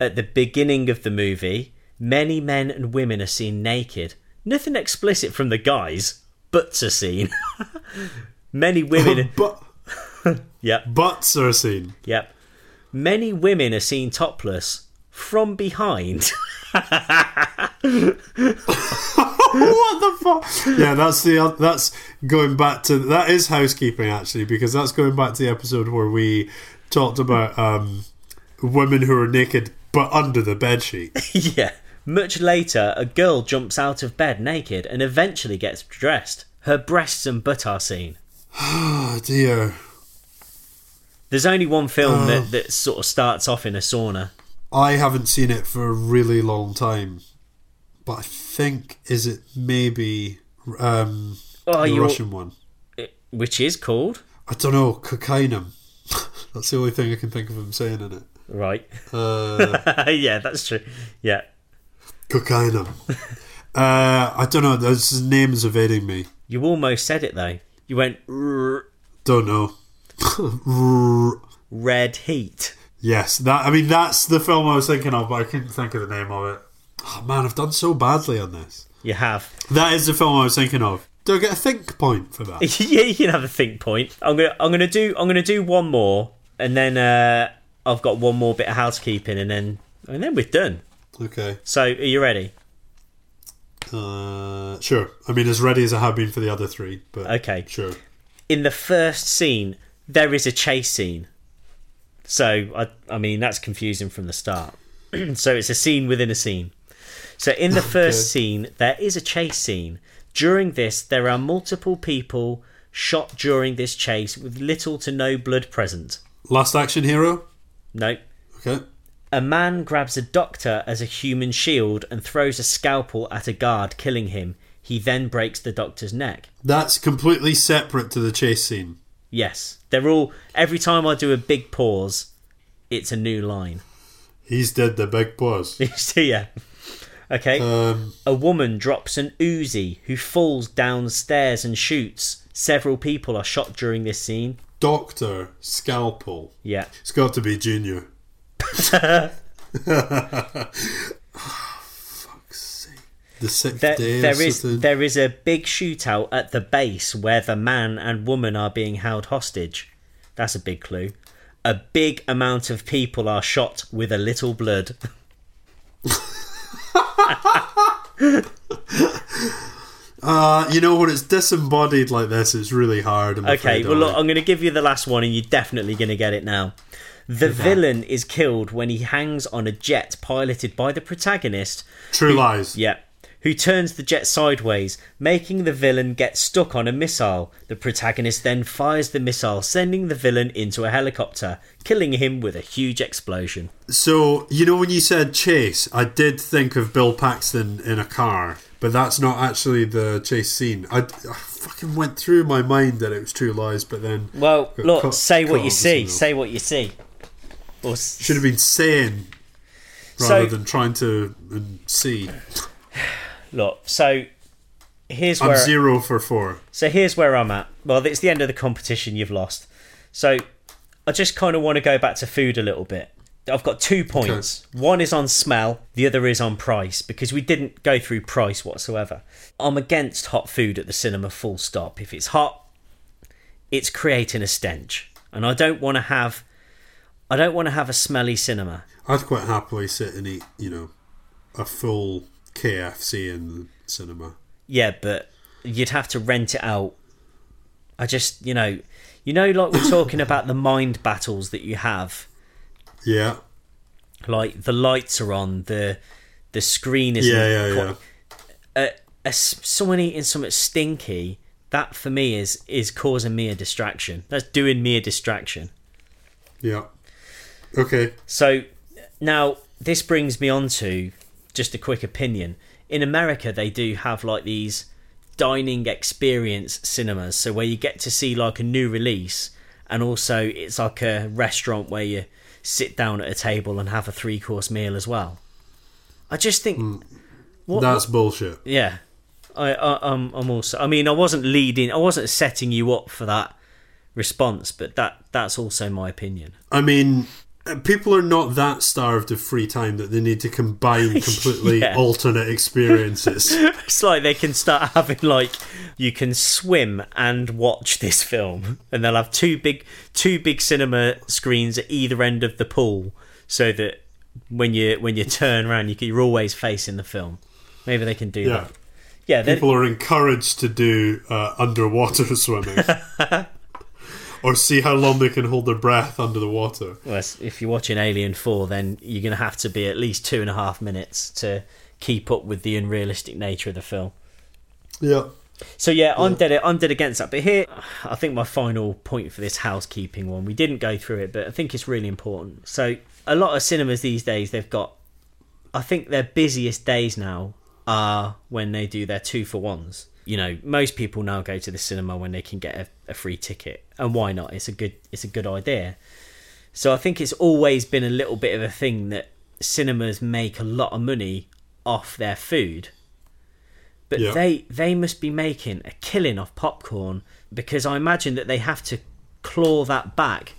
B: at the beginning of the movie, many men and women are seen naked. Nothing explicit from the guys, butts are seen. many women,
A: But
B: yep,
A: butts are seen.
B: yep. Many women are seen topless from behind.
A: what the fuck? Yeah, that's the oth- that's going back to that is housekeeping actually because that's going back to the episode where we talked about um, women who are naked but under the bed sheet.
B: Yeah. Much later, a girl jumps out of bed naked and eventually gets dressed. Her breasts and butt are seen.
A: Oh dear.
B: There's only one film
A: Oh.
B: that, that sort of starts off in a sauna.
A: I haven't seen it for a really long time, but I think is it maybe um,
B: Oh,
A: the
B: you-
A: Russian one?
B: Which is called.
A: I don't know, cocainum. That's the only thing I can think of him saying in it.
B: Right.
A: Uh,
B: yeah, that's true. Yeah.
A: cocainum. Uh, I don't know. This his name is evading me.
B: You almost said it though. You went "R-
A: Don't know. R-
B: red heat.
A: yes, that. I mean, that's the film I was thinking of, but I couldn't think of the name of it. Oh man, I've done so badly on this.
B: You have.
A: That is the film I was thinking of. Do I get a think point for that?
B: yeah, you can have a think point. I'm gonna I'm gonna do I'm gonna do one more and then uh I've got one more bit of housekeeping and then and then we're done.
A: Okay.
B: So are you ready?
A: Uh, sure. I mean, as ready as I have been for the other three, but
B: Okay.
A: Sure.
B: in the first scene there is a chase scene so i, I mean that's confusing from the start so it's a scene within a scene so in the first scene there is a chase scene during this there are multiple people shot during this chase with little to no blood present
A: Last action hero.
B: nope
A: Okay.
B: a man grabs a doctor as a human shield and throws a scalpel at a guard killing him he then breaks the doctor's neck
A: That's completely separate to the chase scene.
B: Yes, they're all. Every time I do a big pause, it's a new line.
A: He's dead. The big pause.
B: So, yeah. Okay.
A: Um,
B: a woman drops an Uzi who falls downstairs and shoots. Several people are shot during this scene.
A: Doctor Scalpel.
B: Yeah.
A: It's got to be Junior. Oh, Fuck's sake. The sixth
B: There,
A: day.
B: there
A: or
B: is
A: something.
B: there is a big shootout at the base where the man and woman are being held hostage. That's a big clue. A big amount of people are shot with a little blood.
A: Uh, you know when it's disembodied like this, it's really hard. I'm
B: Okay,
A: afraid,
B: well, look,
A: Ollie.
B: I'm going to give you the last one, and you're definitely going to get it now. The villain is killed when he hangs on a jet piloted by the protagonist.
A: True lies.
B: Yeah. Who turns the jet sideways, making the villain get stuck on a missile. The protagonist then fires the missile, sending the villain into a helicopter, killing him with a huge explosion.
A: So you know when you said chase, I did think of Bill Paxton in a car, but that's not actually the chase scene. I, I fucking went through my mind that it was True Lies, but then
B: Well,
A: Got
B: look,
A: cut-
B: say
A: cut
B: what you
A: off
B: see.
A: as well.
B: Say what you see. Or s-
A: should have been saying rather
B: So-
A: than trying to um, see.
B: Look, so here's
A: I'm
B: where
A: zero for four.
B: so here's where I'm at. Well, it's the end of the competition. You've lost. So I just kind of want to go back to food a little bit. I've got two points. One is on smell, the other is on price because we didn't go through price whatsoever. I'm against hot food at the cinema full stop. If it's hot, it's creating a stench. And I don't want to have I don't want to have a smelly cinema.
A: I'd quite happily sit and eat, you know, a full KFC in the cinema.
B: Yeah, but you'd have to rent it out. I just, you know, you know like we're talking about the mind battles that you have
A: Yeah,
B: like the lights are on the the screen is
A: yeah, yeah, yeah.
B: A s- someone eating something stinky that for me is is causing me a distraction that's doing me a distraction
A: Yeah. Okay.
B: so now this brings me on to just a quick opinion in america they do have like these dining experience cinemas so where you get to see like a new release and also it's like a restaurant where you sit down at a table and have a three course meal as well i just think what-
A: That's bullshit.
B: Yeah, I, I I'm, I'm also. I mean, I wasn't leading. I wasn't setting you up for that response, but that that's also my opinion.
A: I mean, uh, people are not that starved of free time that they need to combine completely
B: Yeah.
A: alternate experiences.
B: It's like they can start having like you can swim and watch this film, and they'll have two big two big cinema screens at either end of the pool, so that when you when you turn around, you can, you're always facing the film. Maybe they can do
A: yeah.
B: that. Yeah, they-
A: People are encouraged to do uh, underwater swimming. or see how long they can hold their breath under the water.
B: Well, it's- if you're watching Alien 4, then you're going to have to be at least two and a half minutes to keep up with the unrealistic nature of the film.
A: Yeah.
B: So yeah, I'm dead. I'm dead against that. But here, I think my final point for this housekeeping one. We didn't go through it, but I think it's really important. So a lot of cinemas these days, they've got. I think their busiest days now are when they do their two for ones. You know, most people now go to the cinema when they can get a, a free ticket, and why not? It's a good. It's a good idea. So I think it's always been a little bit of a thing that cinemas make a lot of money off their food but
A: Yeah.
B: they they must be making a killing off popcorn because I imagine that they have to claw that back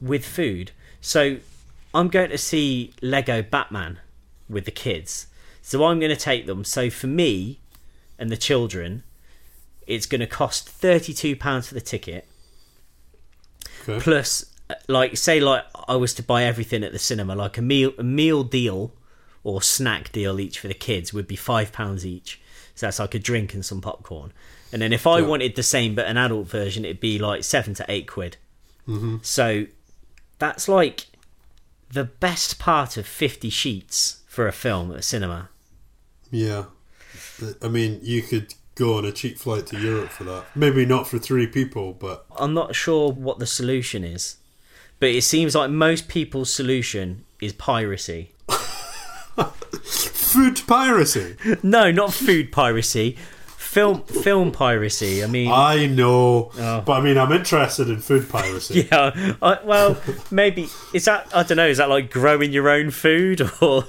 B: with food. So I'm going to see Lego Batman with the kids. So I'm going to take them. So for me and the children, it's going to cost thirty two pounds for the ticket
A: Okay.
B: plus uh, like say like I was to buy everything at the cinema like a meal a meal deal or snack deal each for the kids would be 5 pounds each so that's like a drink and some popcorn and then if I wanted the same but an adult version it'd be like 7 to 8 quid so that's like the best part of 50 sheets for a film at a cinema
A: Yeah. I mean, you could go on a cheap flight to Europe for that. Maybe not for three people, but
B: I'm not sure what the solution is but it seems like most people's solution is piracy
A: food piracy.
B: No, not food piracy. Film film piracy. I mean,
A: I know, but I mean, I'm interested in food piracy.
B: yeah. I, well, maybe is that I don't know. Is that like growing your own food or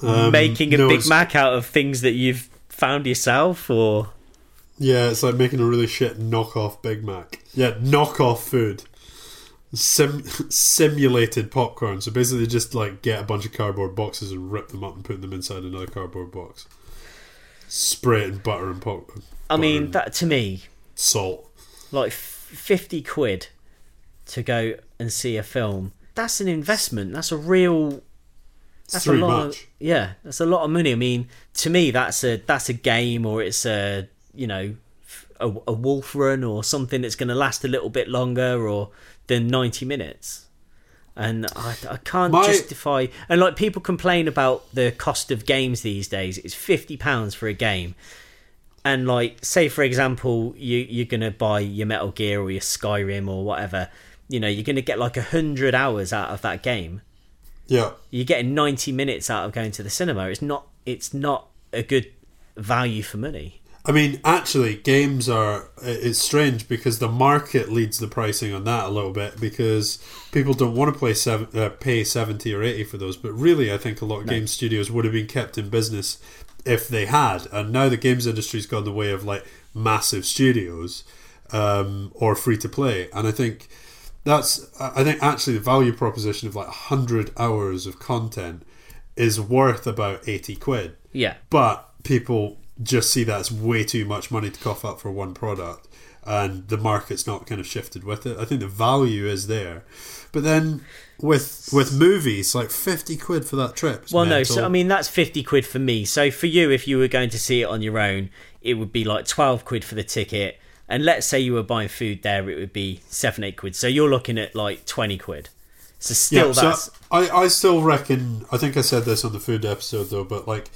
A: Um,
B: making a
A: no,
B: Big
A: it's-
B: Mac out of things that you've found yourself? Or
A: Yeah, it's like making a really shit knockoff Big Mac. Yeah, knockoff food. Sim- simulated popcorn. So basically, just like get a bunch of cardboard boxes and rip them up and put them inside another cardboard box. Spray it in butter and popcorn.
B: I mean, that to me,
A: salt.
B: like f- fifty quid to go and see a film. That's an investment. That's a real.
A: It's too
B: a lot
A: much.
B: Of, yeah, that's a lot of money. I mean, to me, that's a that's a game, or it's a you know f- a, a wolf run, or something that's going to last a little bit longer, or than ninety minutes. And I, I can't
A: My-
B: justify. And like people complain about the cost of games these days. It's fifty pounds for a game. And like, say for example, you you're gonna buy your Metal Gear or your Skyrim or whatever. You know, you're gonna get like a hundred hours out of that game
A: yeah.
B: you're getting 90 minutes out of going to the cinema it's not it's not a good value for money
A: I mean, actually, games are. It's strange because the market leads the pricing on that a little bit because people don't want to play seven, uh, pay seventy or eighty for those. But really, I think a lot of game studios would have been kept in business if they had. And now the games industry's gone the way of like massive studios um, or free to play. And I think that's. I I think actually the value proposition of like hundred hours of content is worth about eighty quid
B: Yeah.
A: but people just see that as way too much money to cough up for one product and the market's not kind of shifted with it i think the value is there but then with with movies like 50 quid for that trip is
B: Well, no.
A: mental.
B: So I mean, that's fifty quid for me. So for you, if you were going to see it on your own, it would be like twelve quid for the ticket. And let's say you were buying food there, it would be seven, eight quid. So you're looking at like twenty quid. So still,
A: yeah,
B: that's
A: so I, I still reckon i think i said this on the food episode though but like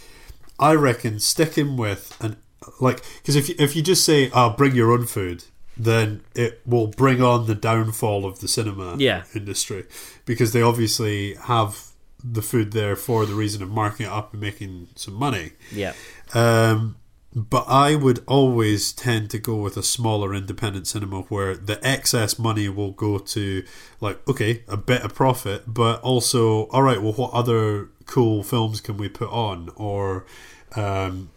A: i reckon sticking with an like because if you, if you just say oh bring your own food then it will bring on the downfall of the cinema
B: Yeah.
A: industry because they obviously have the food there for the reason of marking it up and making some money
B: yeah,
A: um, but I would always tend to go with a smaller independent cinema where the excess money will go to, like, okay, a bit of profit, but also, all right, well, what other cool films can we put on? Or, um,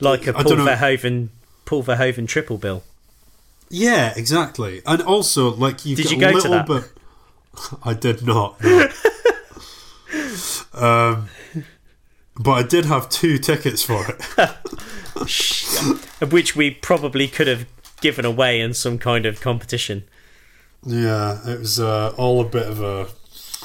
B: like a
A: I
B: Paul
A: don't know.
B: Verhoeven, Paul Verhoeven triple bill.
A: yeah, exactly. And also, like, you
B: Did
A: get
B: you
A: a
B: go to
A: little
B: that?
A: bit. I did not. no. um, but I did have two tickets for it.
B: Of which we probably could have given away in some kind of competition.
A: Yeah, it was uh, all a bit of a.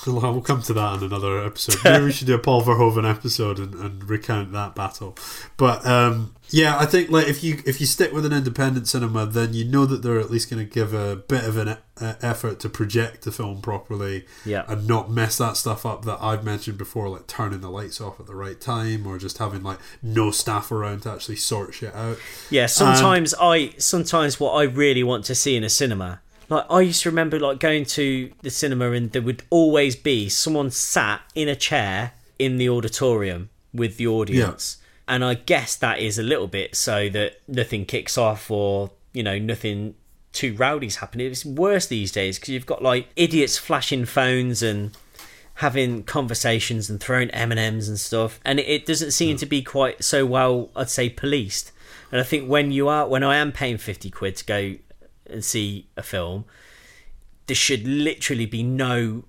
A: Well, we'll come to that in another episode. Maybe we should do a Paul Verhoeven episode and, and recount that battle. But um, yeah, I think like if you if you stick with an independent cinema, then you know that they're at least going to give a bit of an e- uh, effort to project the film properly,
B: Yeah.
A: and not mess that stuff up that I've mentioned before, like turning the lights off at the right time or just having like no staff around to actually sort shit out.
B: Yeah, sometimes I sometimes what I really want to see in a cinema. Like I used to remember like going to the cinema and there would always be someone sat in a chair in the auditorium with the audience. And I guess that is a little bit so that nothing kicks off or, you know, nothing too rowdy's happening. It's worse these days because you've got like idiots flashing phones and having conversations and throwing M and M's and stuff, and it, it doesn't seem to be quite so well. I'd say policed, and I think when you are when I am paying fifty quid to go and see a film, there should literally be no,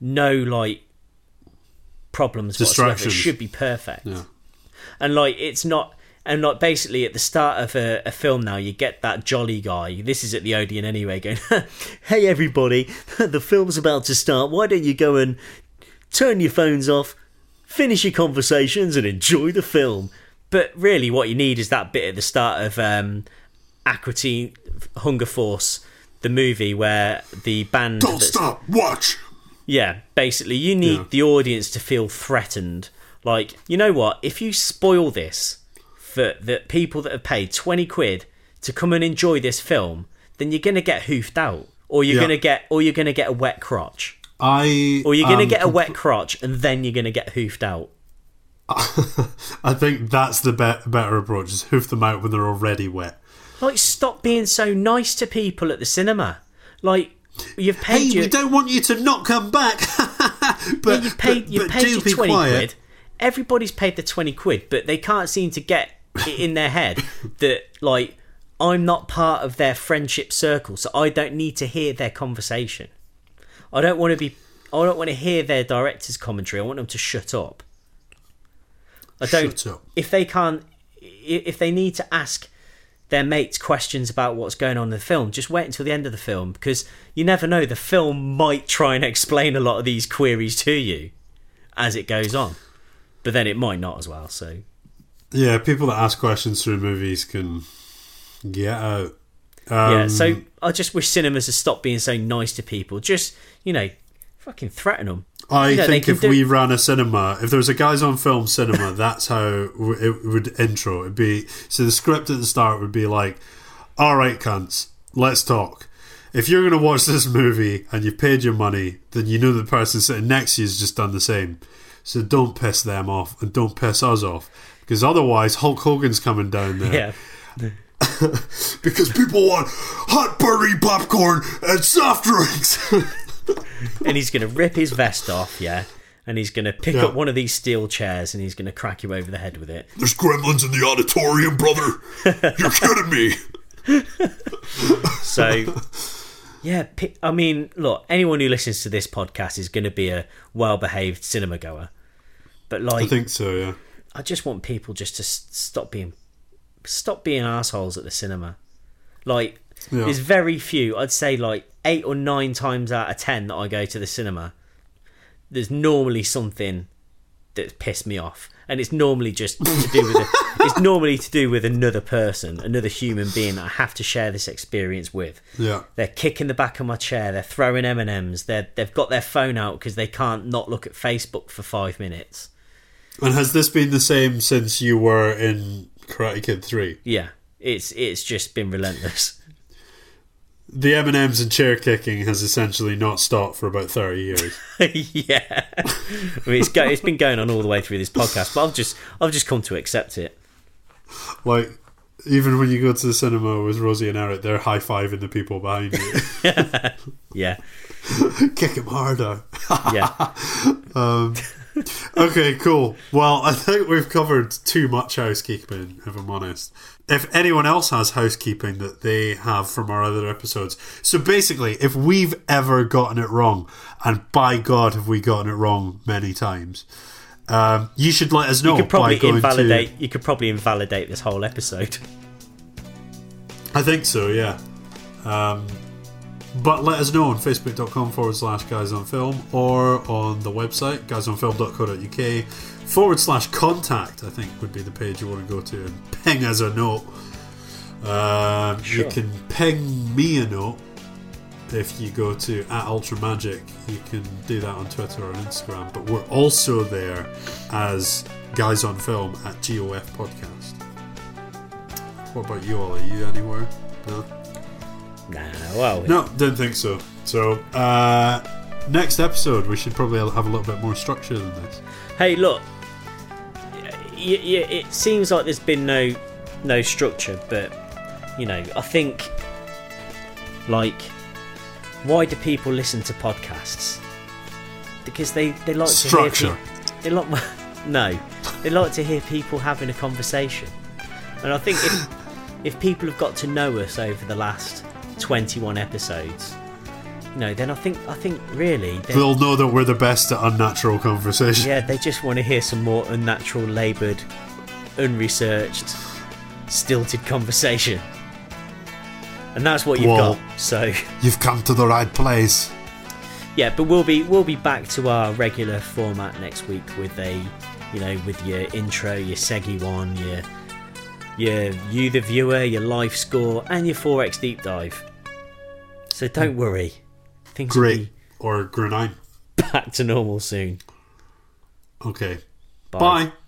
B: no like problems. whatsoever. It
A: Distractions.
B: should be perfect
A: Yeah.
B: and like it's not and like basically at the start of a, a film now you get that jolly guy this is at the odeon anyway going hey everybody the film's about to start why don't you go and turn your phones off finish your conversations and enjoy the film but really what you need is that bit at the start of um aquatine hunger force the movie where the band
A: Don't
B: that's-
A: stop. Watch.
B: yeah, basically, you need
A: Yeah.
B: the audience to feel threatened. Like, you know what? If you spoil this for the people that have paid 20 quid to come and enjoy this film, then you're going to get hoofed out. Or you're
A: Yeah.
B: gonna get, or you're gonna get a wet crotch,
A: I
B: or you're gonna
A: am
B: get a wet crotch, and then you're gonna get hoofed out.
A: I think that's the be- better approach. Is hoof them out when they're already wet.
B: Like, stop being so nice to people at the cinema. Like, you've
A: Hey,
B: paid
A: we
B: your,
A: don't want you to not come back. but
B: you've paid,
A: but,
B: you've
A: but
B: paid
A: do
B: your
A: be
B: 20
A: quiet.
B: quid. Everybody's paid the 20 quid, but they can't seem to get it in their head that, like, I'm not part of their friendship circle, so I don't need to hear their conversation. I don't want to be. I don't want to hear their director's commentary. I want them to shut up. I don't.
A: Shut up.
B: If they can't, i- if they need to ask their mates questions about what's going on in the film, just wait until the end of the film because you never know. The film might try and explain a lot of these queries to you as it goes on, but then it might not as well. So
A: Yeah, people that ask questions through movies can get out.
B: yeah. so
A: Um,
B: I just wish cinemas had stopped being so nice to people. Just you know, fucking threaten them.
A: I
B: You know, they
A: think
B: can
A: if
B: do-
A: we ran a cinema, if there was a guys on film cinema, that's how w- it would intro. It'd be so the script at the start would be like, "All right, cunts, let's talk." If you're going to watch this movie and you've paid your money, then you know the person sitting next to you has just done the same. So don't piss them off and don't piss us off because otherwise Hulk Hogan's coming down there.
B: Yeah.
A: Because people want hot buttery popcorn and soft drinks.
B: And he's going to rip his vest off, yeah. And he's going to pick
A: Yeah.
B: up one of these steel chairs and he's going to crack you over the head with it.
A: There's gremlins in the auditorium, brother. You're kidding me.
B: So, yeah, pi- I mean, look, anyone who listens to this podcast is going to be a well behaved cinema goer. But, like,
A: I think so, yeah.
B: I just want people just to s- stop being stop being assholes at the cinema. Like
A: Yeah.
B: there's very few. I'd say like eight or nine times out of ten that I go to the cinema, there's normally something that's pissed me off, and it's normally just to do with a, it's normally to do with another person, another human being that I have to share this experience with.
A: Yeah.
B: They're kicking the back of my chair. They're throwing M and M's. They're they've got their phone out because they can't not look at Facebook for five minutes.
A: And has this been the same since you were in Karate Kid 3?
B: Yeah, it's it's just been relentless.
A: The M&Ms and chair kicking has essentially not stopped for about 30 years.
B: yeah, I mean it's go, it's been going on all the way through this podcast, but I've just I've just come to accept it.
A: like, even when you go to the cinema with Rosie and Eric, they're high-fiving the people behind you.
B: Yeah,
A: Kick them harder. Oh
B: yeah,
A: Okay, cool. Well, I think we've covered too much housekeeping, if I'm honest. If anyone else has housekeeping that they have from our other episodes, so basically, if we've ever gotten it wrong, and by God, have we gotten it wrong many times, um, you should let us know.
B: you could probably
A: by going to-
B: invalidate you could probably invalidate this whole episode.
A: I think so, yeah. Um, but let us know on facebook.com forward slash guys on film or on the website guysonfilm.co.uk forward slash contact, I think would be the page you want to go to and ping us a note. Um, You can ping me a note if you go to at Ultra Magic. You can do that on Twitter or on Instagram, but we're also there as guys on film at GOF Podcast. What about you all? Are you anywhere? No?
B: Nah, well,
A: No, didn't think so. So, uh, next episode, we should probably have a little bit more structure than this.
B: hey, look, y- y- it seems like there's been no no structure, but you know, I think like why do people listen to podcasts? Because they they like To
A: Structure.
B: hear pe- they like no, they like to hear people having a conversation, and I think if if people have got to know us over the last 21 episodes, you know, then I think I think really they-
A: They'll know that we're the best at unnatural conversation.
B: yeah, they just want to hear some more unnatural, laboured, unresearched, stilted conversation. And that's what you've
A: Well-
B: got. So
A: You've come to the right place.
B: yeah, but we'll be we'll be back to our regular format next week with a you know, with your intro, your Segi one, your your you the viewer, your life score, and your forex deep dive. So don't worry. Things will
A: Great. Or Grenade.
B: be back to normal soon.
A: Okay.
B: Bye.
A: Bye.